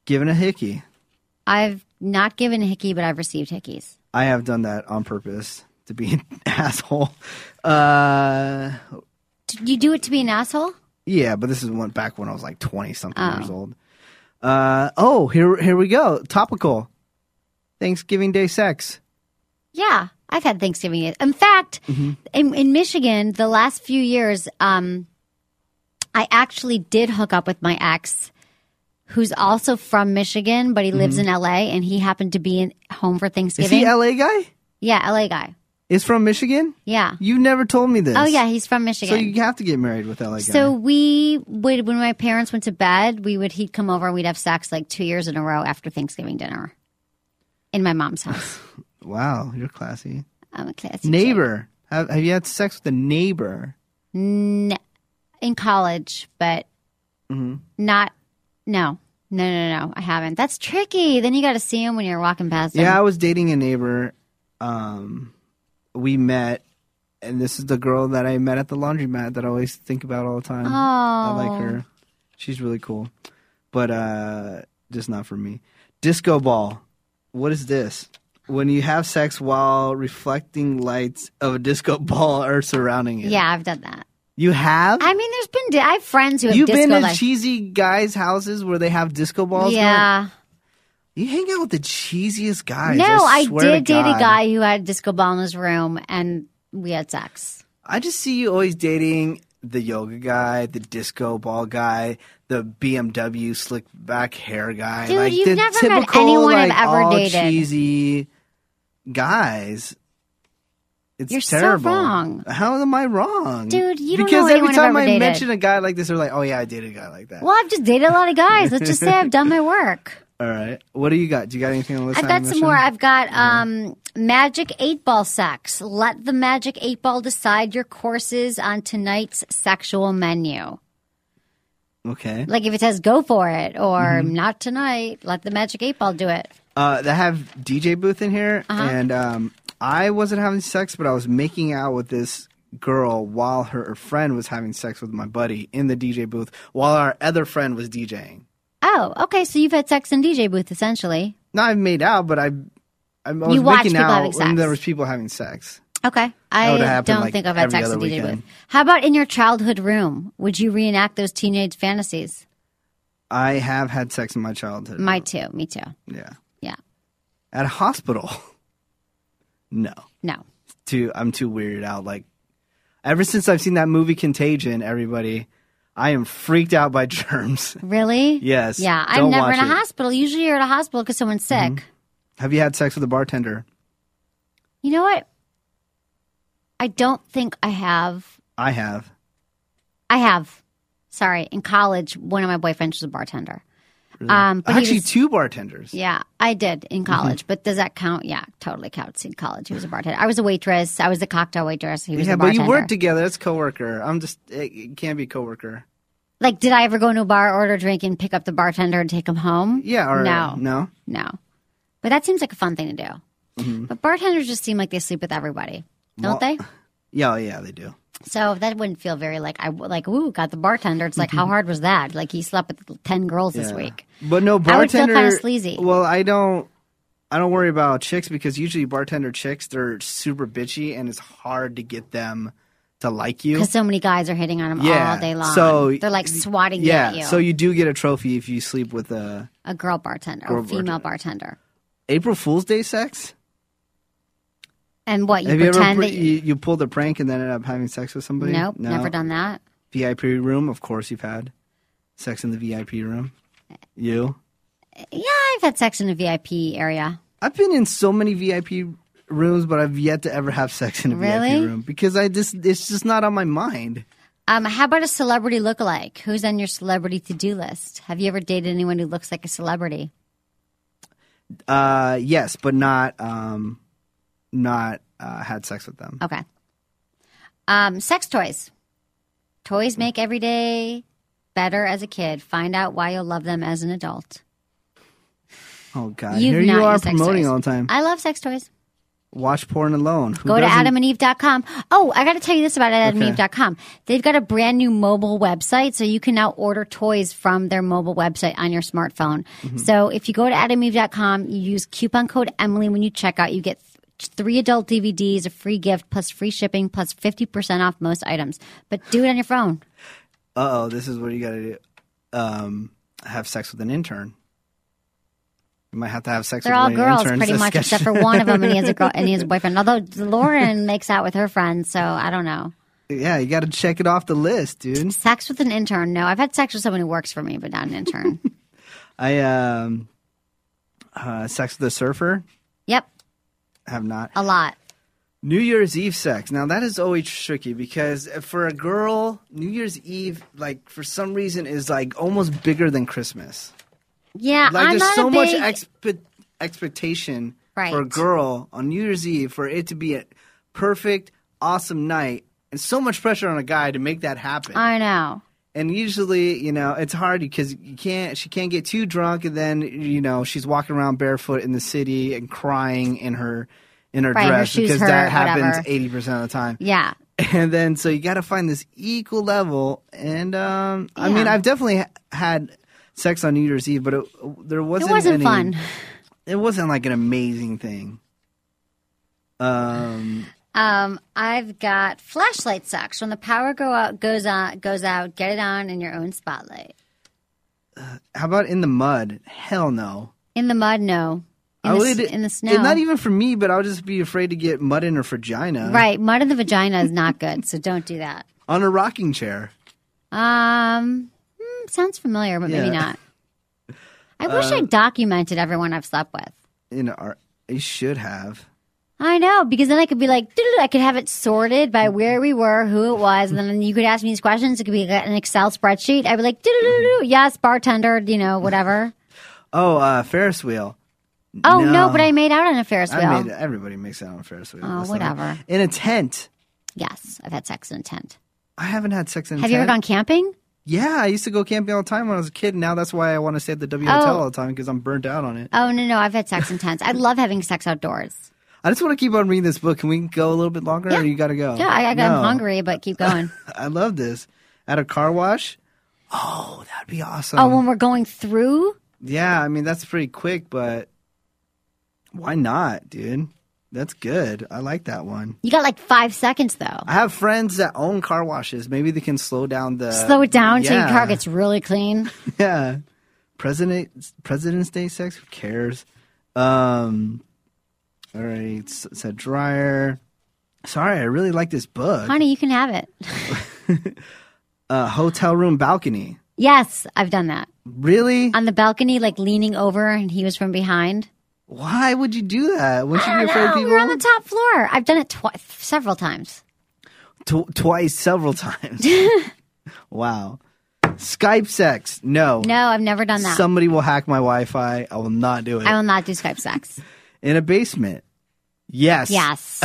C: given a hickey.
K: I've not given a hickey, but I've received hickeys.
C: I have done that on purpose to be an asshole. Uh,
K: Did you do it to be an asshole?
C: yeah, but this is one back when I was like twenty something
K: Oh.
C: years old. Uh, oh, here here we go. Topical. Thanksgiving Day sex.
K: Yeah, I've had Thanksgiving. In fact,
C: Mm-hmm.
K: in, in Michigan, the last few years, um, I actually did hook up with my ex, who's also from Michigan, but he lives in LA, and he happened to be in, home for
C: Mm-hmm. Is
K: Thanksgiving.
C: he LA guy?
K: yeah, LA guy.
C: Is from Michigan?
K: Yeah.
C: You never told me this.
K: Oh yeah, he's from
C: So
K: Michigan.
C: you have to get married with LA guy.
K: So we would when my parents went to bed, we would he'd come over and we'd have sex like two years in a row after Thanksgiving dinner, in my mom's house. Um,
C: wow, you're classy.
K: I'm a classy chick.
C: Neighbor. Have, have you had sex with a neighbor?
K: N- in college, but
C: Mm-hmm.
K: not. No, no, no, no. I haven't. That's tricky. Then you got to see him when you're walking past. him.
C: Yeah, I was dating a neighbor. Um, we met, and this is the girl that I met at the laundromat that I always think about all the time. I
K: Oh.
C: like her. She's really cool, but uh, just not for me. Disco ball. What is this? When you have sex while reflecting lights of a disco ball are surrounding it.
K: yeah, I've done that.
C: You have?
K: I mean, there's been I have friends who have
C: You've
K: disco
C: been to
K: like-
C: cheesy guys' houses where they have disco balls? going?
K: Yeah.
C: You hang out with the cheesiest guys.
K: No, I,
C: swear to
K: did date a
C: God.
K: guy who had a disco ball in his room, and we had sex.
C: I just see you always dating the yoga guy, the disco ball guy, the BMW slick back hair guy.
K: Dude,
C: like
K: you've
C: the
K: never met
C: typical,
K: anyone I've
C: like,
K: ever
C: all
K: dated.
C: Cheesy guys. It's
K: You're so
C: terrible.
K: wrong.
C: How am I wrong,
K: Dude, you don't know
C: because
K: anyone
C: every
K: I've
C: time
K: ever
C: I
K: dated.
C: mention a guy like this, they're like, "Oh yeah, I dated a guy like that."
K: Well, I've just dated a lot of guys. Let's just say I've done my work.
C: All right, what do you got? Do you got anything on the list?
K: I've
C: I
K: got some
C: mentioned?
K: Uh, more. I've got um, magic eight ball sex. Let the magic eight ball decide your courses on tonight's sexual menu.
C: okay.
K: Like if it says go for it or
C: Mm-hmm.
K: not tonight, let the magic eight ball do it.
C: uh, that have DJ booth in here,
K: Uh-huh.
C: and um, I wasn't having sex, but I was making out with this girl while her friend was having sex with my buddy in the DJ booth, while our other friend was DJing.
K: Oh, okay. So you've had sex in DJ booth essentially.
C: Not I've made out, but I, I was
K: You watched
C: making
K: people
C: out
K: having
C: when
K: sex.
C: there was people having sex.
K: Okay,
C: would've
K: I
C: happened,
K: don't
C: like,
K: think I've had
C: every
K: sex in
C: other
K: DJ
C: weekend.
K: booth. How about in your childhood room? Would you reenact those teenage fantasies?
C: I have had sex in my childhood.
K: My too. Me too.
C: yeah,
K: Yeah.
C: at a hospital. no,
K: No.
C: too. I'm too weirded out. Like ever since I've seen that movie Contagion, everybody, I am freaked out by germs.
K: Really?
C: Yes.
K: Yeah.
C: Don't
K: I'm never
C: watch
K: in a
C: it. Mm-hmm.
K: hospital. Usually you're at a hospital because someone's sick.
C: Have you had sex with a bartender?
K: You know what? I don't think I have.
C: I have.
K: I have. Sorry. In college, one of my boyfriends was a bartender. Um, but he
C: Actually,
K: was-
C: two Mm-hmm. bartenders.
K: yeah, I did in college. But does that count? Yeah, totally counts in college. He was a bartender. I was a waitress. I was a cocktail waitress. He was
C: Yeah,
K: a
C: but
K: bartender.
C: you work together. That's coworker. I'm just. It, it can't be coworker.
K: like, did I ever go into a bar, order a drink, and pick up the bartender and take him home?
C: Yeah. Or,
K: no,
C: No.
K: no. But that seems like a fun thing to do. But bartenders just seem like they sleep with everybody, don't
C: Mm-hmm. Well-
K: they?
C: Yeah. Yeah. They do.
K: So that wouldn't feel very like I like ooh got the bartender. It's like how hard was that? Like he slept with ten girls this
C: Yeah.
K: week.
C: But no
K: I would feel
C: bartender.
K: kinda sleazy.
C: Well, I don't. I don't worry about chicks because usually bartender chicks they're super bitchy and it's hard to get them to like you.
K: Because so many guys are hitting on him
C: Yeah.
K: all day long.
C: So-
K: they're like swatting
C: Yeah.
K: at you.
C: So you do get a trophy if you sleep with a
K: a girl bartender,
C: Girl
K: a female bartender,
C: April Fool's Day sex.
K: and what you
C: Have you ever
K: pretend
C: pr-
K: that
C: you, you pulled a prank and then ended up having sex with somebody?
K: nope
C: No?
K: never done that.
C: VIP room, of course you've had Sex in the VIP room.
K: Eh.
C: You?
K: Yeah, I've had sex in a VIP area.
C: I've been in so many VIP rooms, but I've yet to ever have sex in a
K: Really?
C: VIP room because I just it's just not on my mind.
K: Um, how about a celebrity lookalike? Who's on your celebrity to do list? Have you ever dated anyone who looks like a celebrity?
C: Uh, yes, but not um, not uh, had sex with them.
K: Okay. Um, sex toys. Toys
C: Hmm.
K: make every day better as a kid. Find out why you'll love them as an adult.
C: Oh God,
K: You've
C: here you
K: not
C: are
K: used sex
C: promoting
K: toys.
C: all the time.
K: I love sex toys.
C: Watch porn alone. Who
K: Go to
C: doesn't?
K: adamandeve.com. Oh, I got to tell you this about
C: Okay.
K: adamandeve.com. They've got a brand new mobile website, so you can now order toys from their mobile website on your smartphone.
C: Mm-hmm.
K: So if you go to adamandeve.com, you use coupon code Emily when you check out, you get th- three adult DVDs, a free gift, plus free shipping, plus 50% off most items. But do it on your phone.
C: Uh oh, this is what you got to do. Um, have sex with an intern. You might have to have sex
K: They're
C: with
K: all
C: one of your
K: girls,
C: interns
K: pretty
C: to
K: much,
C: sketch-
K: except for one of them, and he has a girl, and he has a boyfriend. Although Lauren makes out with her friends, so I don't know.
C: yeah, you got to check it off the list, dude.
K: Sex with an intern? No, I've had sex with someone who works for me, but not an intern.
C: I um, uh, sex with a surfer.
K: yep,
C: Have not.
K: a lot.
C: New Year's Eve sex. Now that is always tricky because for a girl, New Year's Eve, like for some reason, is like almost bigger than Christmas.
K: Yeah,
C: Like
K: I'm
C: there's
K: not
C: so
K: a
C: much
K: big.
C: expe- expectation
K: Right.
C: for a girl on New Year's Eve for it to be a perfect, awesome night, and so much pressure on a guy to make that happen.
K: I know.
C: and usually, you know, it's hard because you can't. She can't get too drunk, and then you know she's walking around barefoot in the city and crying in her in her
K: Right, her
C: dress
K: shoes
C: because
K: hurt,
C: that happens
K: whatever.
C: eighty percent of the time
K: Yeah,
C: and then so you got to find this equal level. And um, I
K: Yeah.
C: mean, I've definitely ha- had sex on New Year's Eve, but it, there
K: it
C: wasn't
K: wasn't
C: any-
K: fun.
C: It wasn't like an amazing thing. Um,
K: Um, I've got flashlight sex when the power go out goes on goes out. Get it on in your own spotlight.
C: how about in the mud? Hell no.
K: In the mud, no. In,
C: I
K: the,
C: would
K: s- in the snow,
C: and Oh, not even uh. for me, but I would just be afraid to get mud in her vagina.
K: right? Mud in the vagina is not good, so don't do that.
C: on a rocking chair.
K: Um, hmm, sounds familiar, but maybe
C: Yeah. Uh,
K: not. I wish I documented everyone I've slept with.
C: You know, or- you should have.
K: I know because then I could be like, "Doo-doo-doo," I could have it sorted by where we were, who it was, and then you could ask me these questions. It could be like an Excel spreadsheet. I'd be like, "Doo-doo-doo-doo, yes, bartender, you know, whatever.
C: Oh, uh, Ferris wheel.
K: Oh no.
C: No.
K: but I made out on a Ferris wheel.
C: I made everybody makes out on a Ferris wheel.
K: Oh,
C: That's not-
K: whatever.
C: In a tent.
K: Yes, I've had sex in a tent.
C: I haven't had sex in a
K: Have
C: tent.
K: you ever gone camping?
C: Yeah, I used to go camping all the time when I was a kid. Now that's why I want to stay at the W Hotel all the time because I'm burnt out on it.
K: Oh no, no, I've had sex in tents. I love having sex outdoors.
C: I just want to keep on reading this book. Can we go a little bit longer or you got to go?
K: Yeah, I, I,
C: No.
K: I'm hungry, but keep going.
C: I love this. At a car wash? Oh, that'd be awesome.
K: oh, when we're going through.
C: yeah, I mean, that's pretty quick, but why not, dude? That's good. I like that one.
K: You got like five seconds though.
C: I have friends that own car washes. Maybe they can slow down the.
K: Slow it down till your
C: Yeah.
K: car gets really clean.
C: Yeah. President President's Day sex? Who cares? Um already s- said dryer. Sorry, I really like this book.
K: Honey, you can have it.
C: Uh, hotel room balcony.
K: Yes, I've done that.
C: Really?
K: on the balcony, like leaning over, and he was from behind.
C: Why would you do that? Wouldn't you be afraid of
K: No, we were on the
C: people?
K: top floor. I've done it twi- several times.
C: Tw- twice, several times. wow. Skype sex. No.
K: No, I've never done that.
C: Somebody will hack my Wi-Fi. I will not do it.
K: I will not do Skype sex.
C: In a basement. Yes.
K: Yes,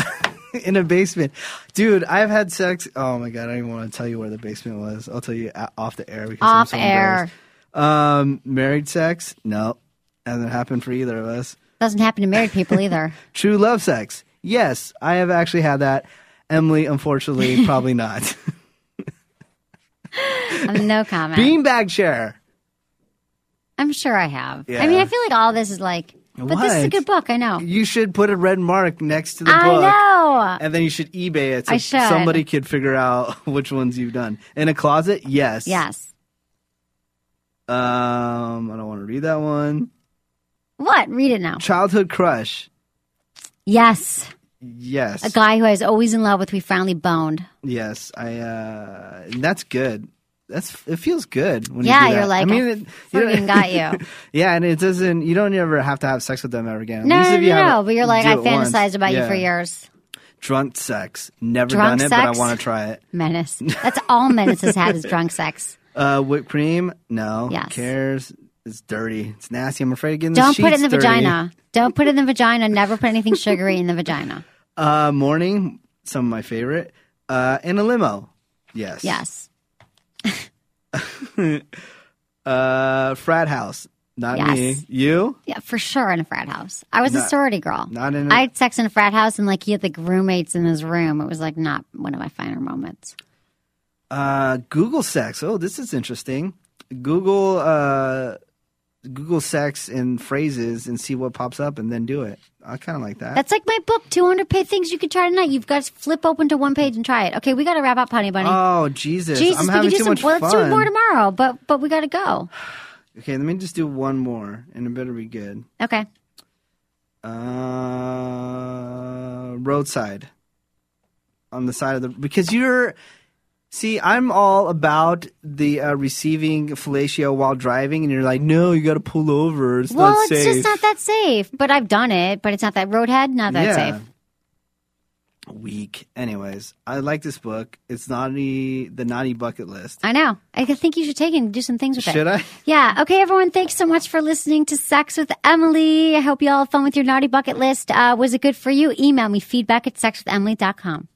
C: in a basement. Dude, I've had sex. Oh my god, I don't even want to tell you where the basement was. I'll tell you o- off the air because I'm
K: off
C: so
K: air
C: embarrassed. Um, married sex? No, hasn't happened for either of us.
K: doesn't happen to married people either.
C: True love sex? Yes, I have actually had that. Emily, unfortunately, probably not.
K: Um, no comment.
C: Beanbag chair.
K: I'm sure I have.
C: Yeah.
K: I mean, I feel like all this is like, but this is a
C: What?
K: good book. I know.
C: You should put a red mark next to the
K: Oh. I
C: book.
K: know.
C: And then you should eBay it so
K: I should.
C: somebody could figure out which ones you've done. In a closet? Yes.
K: Yes.
C: Um, I don't want to read that one.
K: What? Read it now.
C: Childhood crush.
K: Yes,
C: Yes.
K: a guy who I was always in love with. We finally boned.
C: Yes. I uh that's good. that's it feels good when
K: Yeah,
C: you do
K: you're
C: that.
K: like,
C: I mean,
K: I
C: it, you don't-
K: fucking got you.
C: yeah, and it doesn't. You don't ever have to have sex with them ever again. At
K: No,
C: least
K: no,
C: if you
K: no,
C: have
K: no,
C: it-
K: but you're like,
C: do
K: I
C: it once.
K: fantasized about you
C: Yeah.
K: for years.
C: Drunk sex, never
K: Drunk
C: done it, but I
K: sex?
C: want to try it.
K: Menace. That's all Menace has had is drunk sex.
C: Uh, whipped cream? No.
K: Yes.
C: Who cares? It's dirty. It's nasty. I'm afraid of getting
K: Don't
C: the
K: put it in the
C: sheets dirty.
K: vagina. Don't put it in the vagina. Never put anything sugary in the vagina.
C: Uh, morning, some of my favorite. Uh, in a limo. Yes.
K: Yes.
C: Uh, frat house. Not me.
K: Yes.
C: You?
K: Yeah, for sure in a frat house. I was a
C: Not-
K: sorority girl.
C: not in a-
K: I had sex in a frat house and like he had like roommates in his room. It was like not one of my finer moments.
C: Uh, Google sex. Oh, this is interesting. Google uh, Google sex and phrases and see what pops up and then do it. I kind of like that.
K: That's like my book, 200 page things you can try tonight. You've got to flip open to one page and try it. Okay, we got to wrap up, honey bunny.
C: oh Jesus!
K: Jesus,
C: I'm
K: we can
C: having
K: do
C: too
K: some.
C: much
K: Well,
C: fun.
K: let's do more tomorrow, but but we got to go.
C: okay, let me just do one more, and it better be good.
K: Okay.
C: Uh, roadside. On the side of the because you're see, I'm all about the uh, receiving fellatio while driving, and you're like, no, you got to pull over. It's
K: well,
C: not
K: it's
C: safe.
K: just not that safe. But I've done it. But it's not that roadhead. Not that safe.
C: Weak. Anyways, I like this book. It's naughty, the naughty bucket list.
K: I know. I think you should take it and do some things with it.
C: Should I?
K: Yeah. Okay, everyone. Thanks so much for listening to Sex with Emily. I hope you all had fun with your naughty bucket list. Uh, was it good for you? Email me feedback at sexwithemily.com.